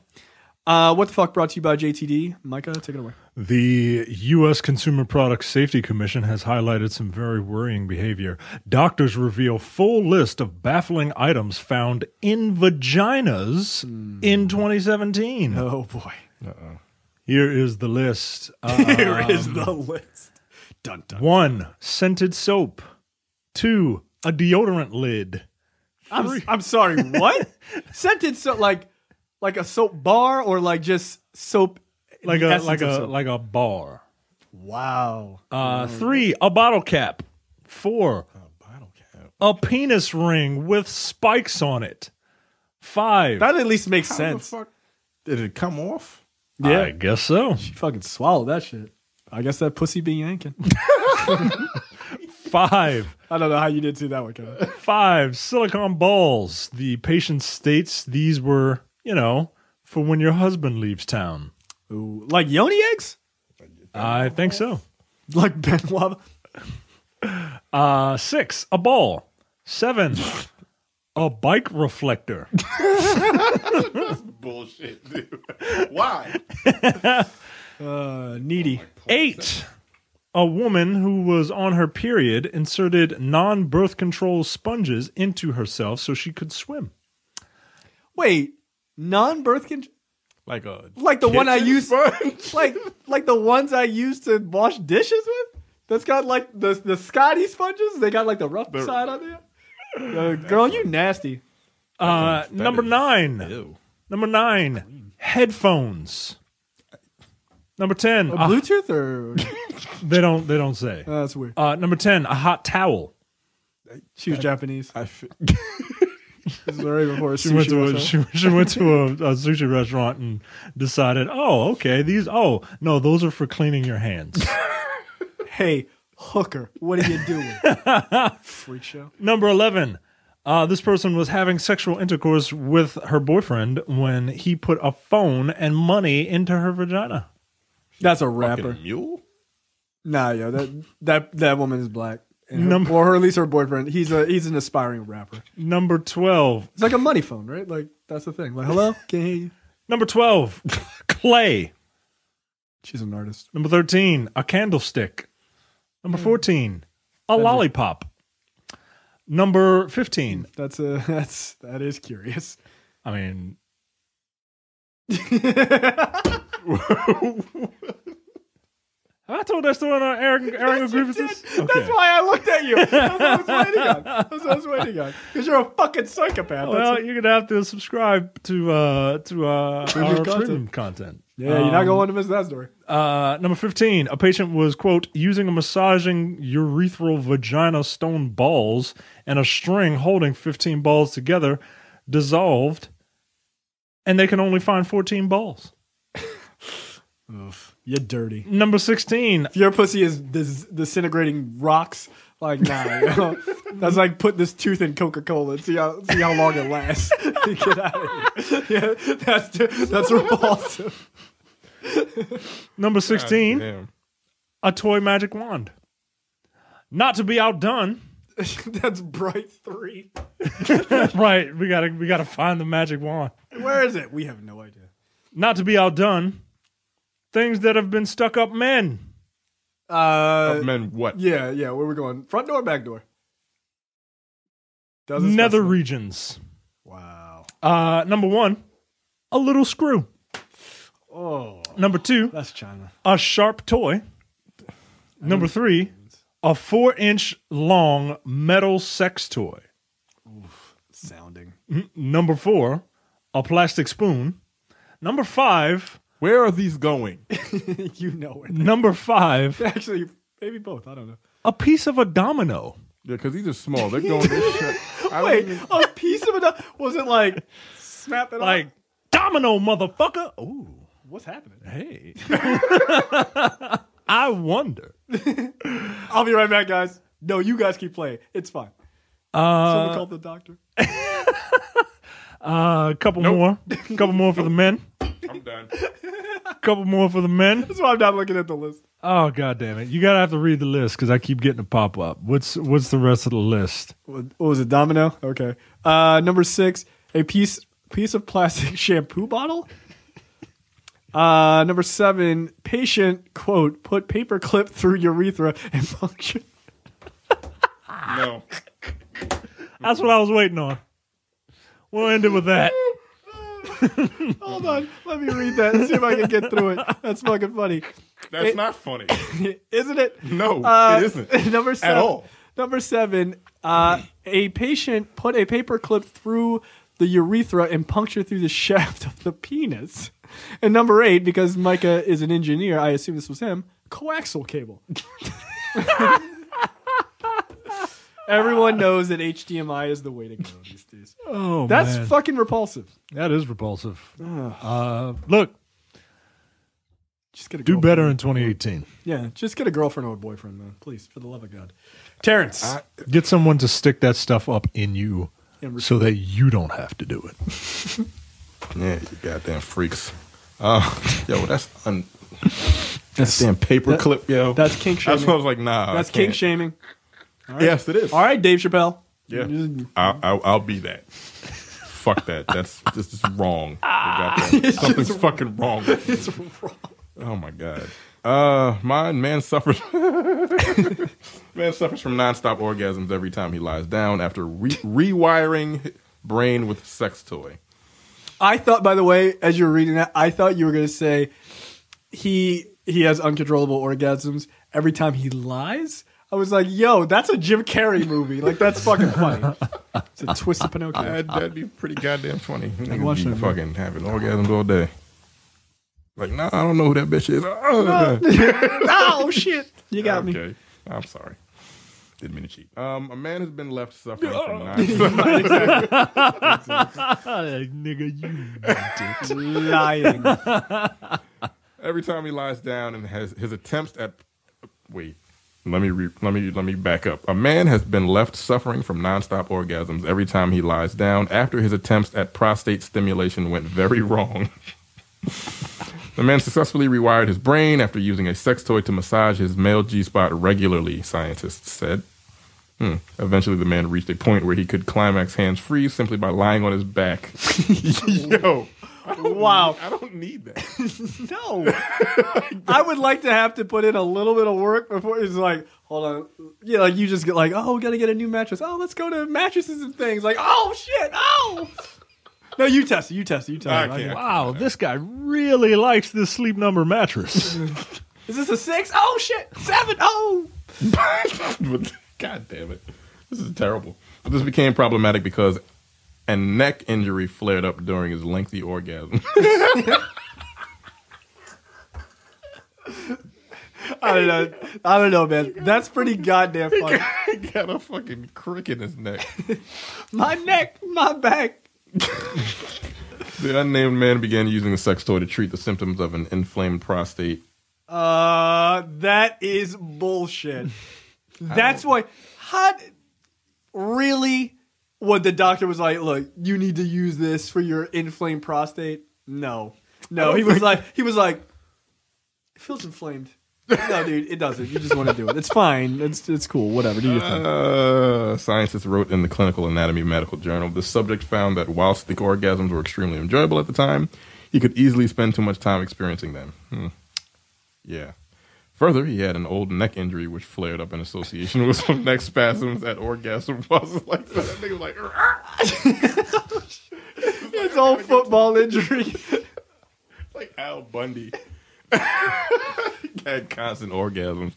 Uh, what the fuck brought to you by JTD? Micah, take it away. The U.S. Consumer Product Safety Commission has highlighted some very worrying behavior. Doctors reveal full list of baffling items found in vaginas in 2017. Hmm. Oh boy. Here is the list. Uh, Here is the list. Dun dun. one, scented soap. Two, a deodorant lid. I'm, I'm sorry. What? Scented soap like like a soap bar or like just soap Like the a essence like of a soap? Oh, like a bar. wow. Uh, three, a bottle cap. Four, a penis ring with spikes on it. Five. That at least makes How sense. the fuck did it come off? yeah. I guess so. She fucking swallowed that shit. I guess that pussy be yanking. Five, I don't know how you did see that one, Kevin. five silicone balls. The patient states these were, you know, for when your husband leaves town. Ooh, like yoni eggs? I think so. Like Ben Lava? Uh, six, a ball. Seven, a bike reflector. Bullshit, dude. Why? Uh, needy. Eight, a woman who was on her period inserted non birth control sponges into herself so she could swim. Wait, non birth control? Like a Like the one I kitchen use- sponge? like like the ones I used to wash dishes with. That's got like the the Scotty sponges. They got like the rough side on there. Uh, girl, you nasty. Uh, number is- nine. Ew. Number nine, headphones. Number ten, a- Bluetooth or they don't they don't say. Uh, that's weird. Uh, number ten, a hot towel. She was Japanese. I fi- This is already before She went sushi. to a, restaurant. she, she went to a, a sushi restaurant and decided, oh, okay, these. Oh no, those are for cleaning your hands. Hey, hooker, what are you doing? Freak show. number eleven. Uh, this person was having sexual intercourse with her boyfriend when he put a phone and money into her vagina. That's a Fucking rapper. mule? Nah, yo, that that that woman is black. And her- Number- or at least her boyfriend. He's a he's an aspiring rapper. Number twelve. It's like a money phone, right? Like that's the thing. Like hello, can you hear you? Number twelve. clay. She's an artist. Number 13, a candlestick. Number Hmm. 14, a lollipop. Number 15, That's a that's that is curious. I mean, have I told that story on our airing, airing of grievances? That's why I looked at you. That's what I was waiting on. That's what I was waiting on. Because you're a fucking psychopath. That's Well, it. you're gonna have to subscribe to uh to uh Premium our content. premium content. yeah, you're not Um, going to miss that story. Uh, number 15, a patient was, quote, using a massaging urethral vagina stone balls and a string holding 15 balls together dissolved, and they can only find 14 balls. You're dirty. Number 16, Your pussy is dis- disintegrating rocks. Like nah, you know? that's like put this tooth in Coca Cola and see how see how long it lasts. Get out of here. Yeah, that's that's repulsive. Number 16, Damn. a toy magic wand. Not to be outdone. That's Bright Three. right, we gotta we gotta find the magic wand. Where is it? We have no idea. Not to be outdone. Things that have been stuck up men. Uh, Men, what? yeah, yeah. Where we going? Front door, back door. Doesn't Nether specify. regions. Wow. Uh, number one, a little screw. Oh, Number two, that's China. a sharp toy. Number three, a four inch long metal sex toy. Mm, Sounding. Number four, a plastic spoon. Number five, Where are these going? you know it. number five, Actually, maybe both. I don't know. a piece of a domino. Yeah, because these are small. They're going. This shit. I don't Wait, even- a piece of it was it like snap it Like, off? domino, motherfucker. Ooh, What's happening? hey. I wonder. I'll be right back, guys. No, you guys keep playing. It's fine. Someone called the doctor. Uh, a couple more. couple more for the men. I'm done. couple more for the men. That's why I'm not looking at the list. Oh god damn it! You gotta have to read the list because I keep getting a pop up. What's what's the rest of the list? What, what was it? Domino. Okay. Uh, number six, a piece piece of plastic shampoo bottle. Uh, number seven, patient quote put paper clip through urethra and puncture. No. That's what I was waiting on. We'll end it with that. Hold on, let me read that and see if I can get through it. That's fucking funny, That's not funny. isn't it? No, Uh, it isn't. number seven, all. Number seven, uh, a patient put a paper clip through the urethra and punctured through the shaft of the penis. And number eight, because Micah is an engineer, I assume this was him, coaxial cable. Everyone knows that HDMI is the way to go these days. Oh, That's man. fucking repulsive. that is repulsive. Uh, look, Just get a do girlfriend. better in 2018. Yeah, just get a girlfriend or a boyfriend, man. Please, for the love of God. Terrence. Get someone to stick that stuff up in you And so that you don't have to do it. Yeah, you goddamn freaks. Uh, yo, that's un. Damn paperclip, yo. that's kink shaming. That's what I was like, nah. I That's kink can't. shaming. Yes, it is. All right, Dave Chappelle. Yeah, I'll, I'll, I'll be that. Fuck that. That's this is wrong. You got that. Something's fucking Ah. wrong. With it's wrong. Oh my god. Uh, mine. Man suffers. man suffers from nonstop orgasms every time he lies down after re- rewiring brain with sex toy. I thought, by the way, as you were reading that, I thought you were going to say he he has uncontrollable orgasms every time he lies. I was like, yo, that's a Jim Carrey movie. Like, that's fucking funny. It's a twist of Pinocchio. That'd, that'd be pretty goddamn funny. watch Niggas be that, man. fucking having orgasms all day. Like, nah, I don't know who that bitch is. oh, shit. You got me. okay. I'm sorry. Didn't mean to cheat. Um, a man has been left suffering from non- nigga, you. Lying. every time he lies down and has his attempts at. Wait, let me re, let me let me back up. A man has been left suffering from nonstop orgasms every time he lies down after his attempts at prostate stimulation went very wrong. The man successfully rewired his brain after using a sex toy to massage his male G spot regularly, scientists said. Hmm. Eventually, the man reached a point where he could climax hands free simply by lying on his back. Yo, Wow. I don't need that. No. I would like to have to put in a little bit of work before it's like, hold on. Yeah, like you just get like, oh, we gotta get a new mattress. Oh, let's go to mattresses and things. Like, oh shit, oh. No, you test it. You test it. You test it. I can't. Wow, this guy really likes this sleep number mattress. Is this a six? Oh shit, seven. Oh. But- God damn it. This is terrible. But this became problematic because a neck injury flared up during his lengthy orgasm. I don't know. I don't know, man. That's pretty goddamn funny. he got a fucking crick in his neck. My neck, my back. The unnamed man began using a sex toy to treat the symptoms of an inflamed prostate. Uh, that is bullshit. That's why. How really? What the doctor was like? Look, you need to use this for your inflamed prostate. No, no. He was like, he was like, It feels inflamed. No, dude, it doesn't. You just want to do it. It's fine. It's it's cool. Whatever. Do your thing. Uh, scientists wrote in the Clinical Anatomy Medical Journal the subject found that whilst the orgasms were extremely enjoyable at the time, he could easily spend too much time experiencing them. Hmm. Yeah. Further, he had an old neck injury which flared up in association with some neck spasms at orgasm pauses like that. That nigga was like, "Argh!" It's all football injury. like Al Bundy. He had constant orgasms.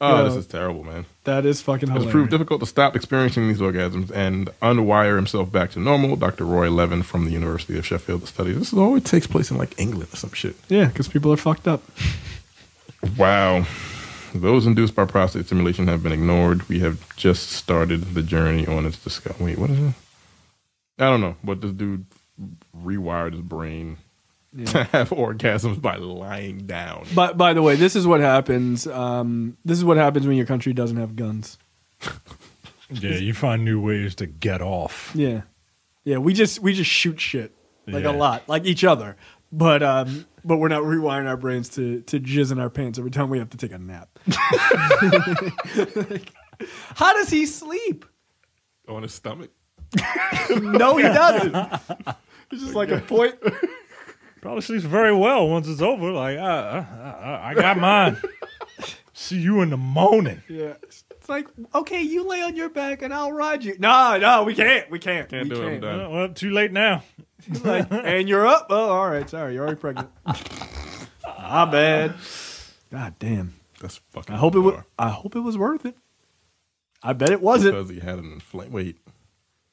Oh, this Yeah. is terrible, man. That is fucking It's hilarious. proved difficult to stop experiencing these orgasms and unwire himself back to normal. Dr. Roy Levin from the University of Sheffield studies. This is always takes place in like England or some shit. Yeah, because people are fucked up. Wow. Those induced by prostate stimulation have been ignored. We have just started the journey on its discovery. Wait, what is it? I don't know, but this dude rewired his brain to have orgasms by lying down. But by the way, this is what happens. Um, this is what happens when your country doesn't have guns. Yeah, you find new ways to get off. Yeah, yeah. We just we just shoot shit like Yeah. a lot, like each other. But um, but we're not rewiring our brains to to jizz in our pants every time we have to take a nap. How does he sleep? On his stomach? No, he doesn't. It's just like a point. Probably sleeps very well once it's over. Like, uh, uh, uh, I got mine. See you in the morning. Yeah. It's like, okay, you lay on your back and I'll ride you. No, no, we can't. We can't. Can't we do it. I'm done. Uh, well, too late now. Like, and you're up. Oh, all right. Sorry, you're already pregnant. My bad. God damn. That's fucking. I hope it was. bizarre. I hope it was worth it. I bet it wasn't. Because he had an inflame. Wait,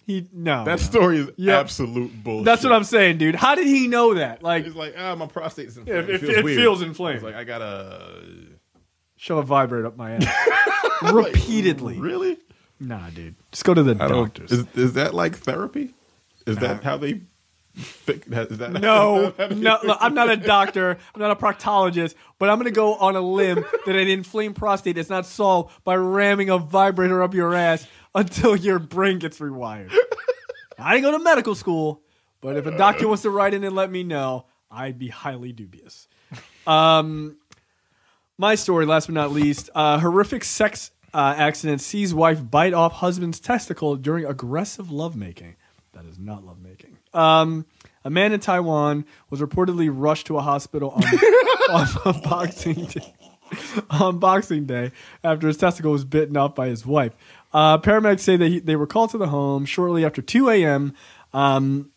He no. that That's story is Yeah. absolute bullshit. that's what I'm saying, dude. How did he know that? Like, He's like, ah, my prostate's it, inflamed. it, feels it weird. feels He's inflamed. like, Like, I gotta. shove a vibrator up my ass repeatedly. Really? Nah, dude. Just go to the I don't. doctors. Is, is that like therapy? Is that how they? Fix, is that No, no, look, I'm not a doctor. I'm not a proctologist, but I'm going to go on a limb that an inflamed prostate is not solved by ramming a vibrator up your ass until your brain gets rewired. I didn't go to medical school, but if a doctor wants to write in and let me know, I'd be highly dubious. Um, my story, last but not least, uh, horrific sex uh, accident sees wife bite off husband's testicle during aggressive lovemaking. That is not lovemaking. Um, a man in Taiwan was reportedly rushed to a hospital on, on Boxing Day. On Boxing Day, after his testicle was bitten off by his wife, uh, paramedics say that he, they were called to the home shortly after 2 a.m. Um,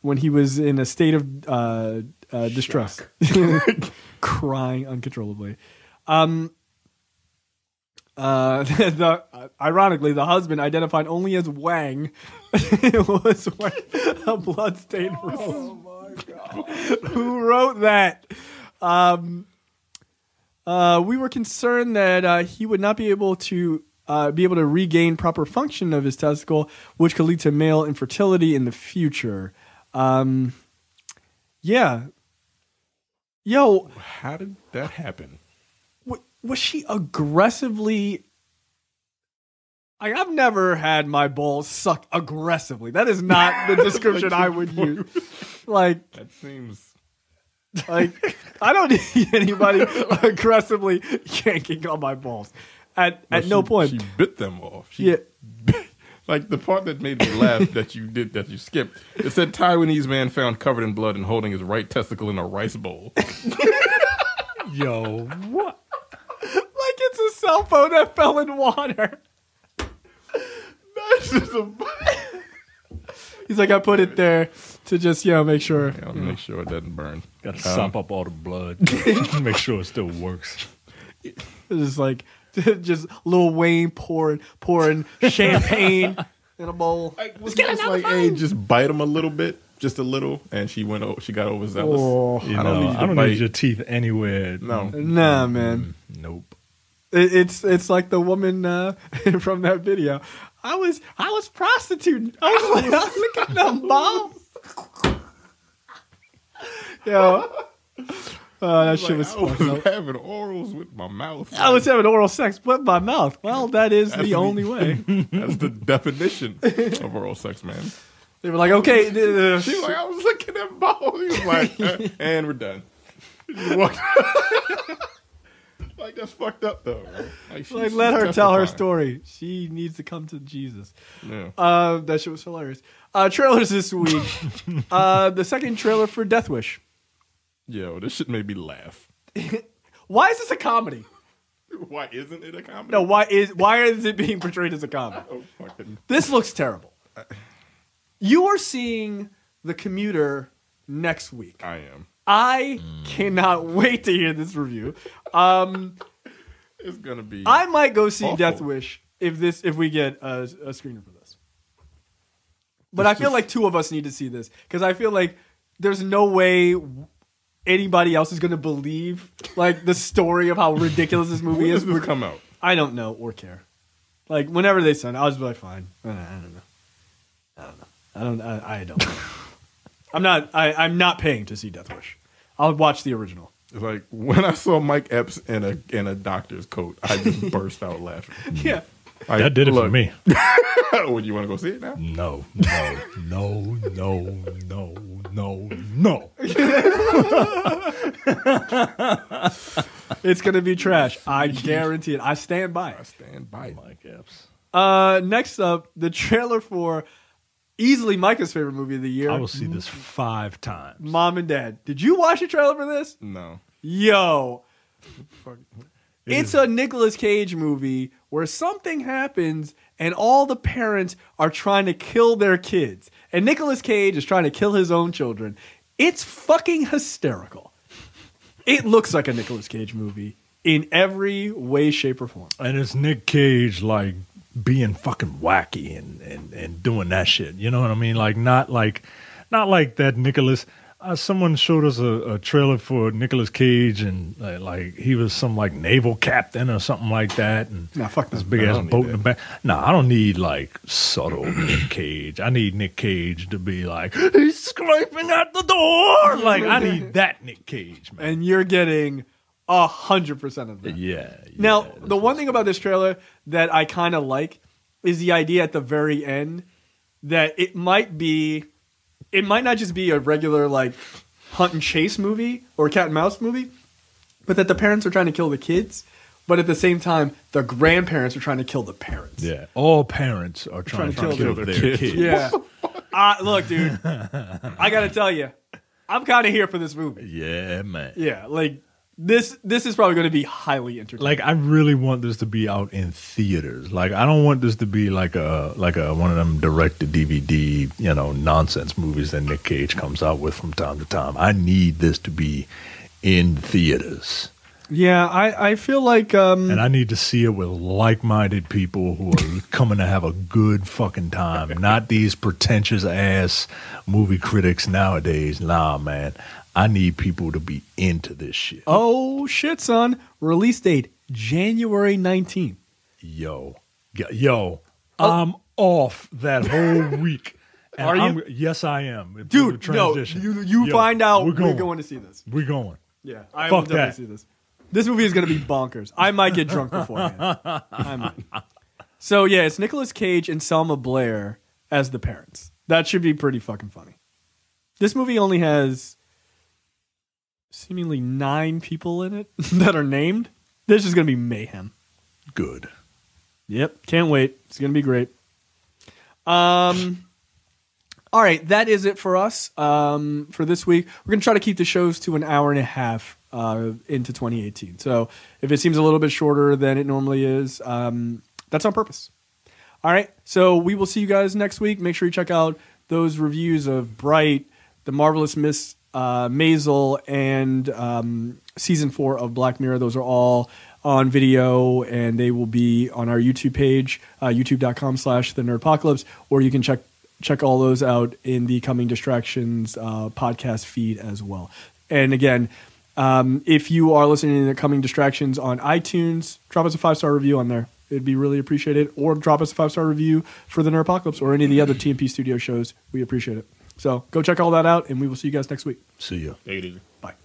when he was in a state of uh, uh, distress, crying uncontrollably. Uh, the, ironically, the husband identified only as Wang It was Wang, a bloodstained rose. Who wrote that? Um, uh, we were concerned that uh, he would not be able to uh, be able to regain proper function of his testicle, which could lead to male infertility in the future. Um, yeah. Yo, How did that happen? wa- was she aggressively I, I've never had my balls sucked aggressively. That is not the description I would use. Like, That seems. like I don't need anybody aggressively yanking on my balls. At at Well, no she- point. she bit them off. She, yeah, Like the part that made me laugh that you did that you skipped. It said Taiwanese man found covered in blood and holding his right testicle in a rice bowl. Yo, what? like it's a cell phone that fell in water. That's just a. He's like, I put it there to just you know make sure. I'll make sure it doesn't burn. Um, Got to sop up all the blood. Make sure it still works. It's just like just Lil Wayne pouring pouring champagne in a bowl. Like, was just like, hey, just bite him a little bit, just a little, and she went. o she got overzealous. Oh, You I know, don't, need, you to I don't bite. need your teeth anywhere. No, Nah, man. Nope. It, it's it's like the woman uh, from that video. I was I was prostituting. I was like, I look at them balls. Yo, oh, that shit Like, was. I fun. was having orals with my mouth. I was having oral sex with my mouth. Well, that is That's the only way. That's the definition of oral sex, man. They were like, okay, uh, th- th- She was like, I was looking at balls. He was like, uh, and we're done. Walk- like that's fucked up though. right? Like, she- Like, she's let her tell her testifying. story. She needs to come to Jesus. Yeah. Uh, that shit was hilarious. Uh, trailers this week. uh, the second trailer for Death Wish. Yo, this shit made me laugh. Why is this a comedy? Why isn't it a comedy? No, why is why is it being portrayed as a comedy? Oh, fucking. This looks terrible. You are seeing the commuter next week. I am. I cannot wait to hear this review. Um, It's gonna be. I might go see Awful. Death Wish if this if we get a, a screener for this. But I feel like two of us need to see this because I feel like there's no way anybody else is going to believe like the story of how ridiculous this movie when is. does this come out? I don't know or care. Like whenever they send, it, I'll just be like, fine. I don't, I don't know. I don't know. I don't. I, I don't. Know. I'm not. I, I'm not paying to see Death Wish. I'll watch the original. It's like when I saw Mike Epps in a in a doctor's coat, I just burst out laughing. Yeah. Like, That did it for look, me. Would you want to go see it now? No, no, no, no, no, no, no. It's gonna be trash. I guarantee it. I stand by I it. stand by it. Mike Epps. Uh, next up, the trailer for easily Micah's favorite movie of the year, I will see this five times. Mom and Dad. Did you watch the trailer for this? No. Yo, it's a Nicolas Cage movie where something happens and all the parents are trying to kill their kids, and Nicolas Cage is trying to kill his own children. It's fucking hysterical. It looks like a Nicolas Cage movie in every way, shape, or form. And it's Nick Cage like being fucking wacky and, and, and doing that shit. You know what I mean? Like not like not like that Nicholas. Uh, someone showed us a, a trailer for Nicolas Cage and uh, like he was some like naval captain or something like that. And Nah, fuck this that. big I ass don't need boat in the that. back. Nah, I don't need like subtle Nick Cage. I need Nick Cage to be like he's scraping at the door. Like I need that Nick Cage man. And you're getting a hundred percent of that. yeah. Now, yeah, the one thing about this trailer that I kind of like is the idea at the very end that it might be, it might not just be a regular like hunt and chase movie or cat and mouse movie, but that the parents are trying to kill the kids, but at the same time, the grandparents are trying to kill the parents. Yeah, all parents are trying, Trying to to kill, kill their, their kids. kids. Yeah. I, look, dude, I got to tell you, I'm kind of here for this movie. Yeah, man. Yeah, like this, this is probably going to be highly entertaining. Like I really want this to be out in theaters. Like I don't want this to be like a like a one of them direct to DVD, you know, nonsense movies that Nick Cage comes out with from time to time. I need this to be in theaters. yeah, I, I feel like, um, And I need to see it with like-minded people who are coming to have a good fucking time, not these pretentious ass movie critics nowadays. Nah, man. I need people to be into this shit. Oh shit, son. Release date January 19th. yo, y- yo, I'm off that whole week. And Oh. Are you? I'm- yes, I am. If we were Dude, no, transition. you, you Yo, find out We're we're going. going. to see this. We're going. Yeah, I will Fuck definitely that. see this. This movie is going to be bonkers. I might get drunk beforehand. I might. So yeah, it's Nicolas Cage and Selma Blair as the parents. That should be pretty fucking funny. This movie only has seemingly nine people in it that are named. This is going to be mayhem. Good. Yep, can't wait. It's gonna be great. Um, all right, that is it for us um, for this week. We're gonna try to keep the shows to an hour and a half uh, into 2018. So if it seems a little bit shorter than it normally is, um, that's on purpose. All right, so we will see you guys next week. Make sure you check out those reviews of Bright, The Marvelous Miss uh, Maisel, and um, season four of Black Mirror. Those are all on video, and they will be on our YouTube page, uh, youtube.com slash The Nerdpocalypse, or you can check check all those out in the Coming Distractions uh, podcast feed as well. And again, um, if you are listening to the Coming Distractions on iTunes, drop us a five star review on there. It'd be really appreciated. Or drop us a five star review for the Nerdpocalypse or any of the other TMP Studio shows. We appreciate it. So go check all that out, and we will see you guys next week. See ya. Take it easy. Bye.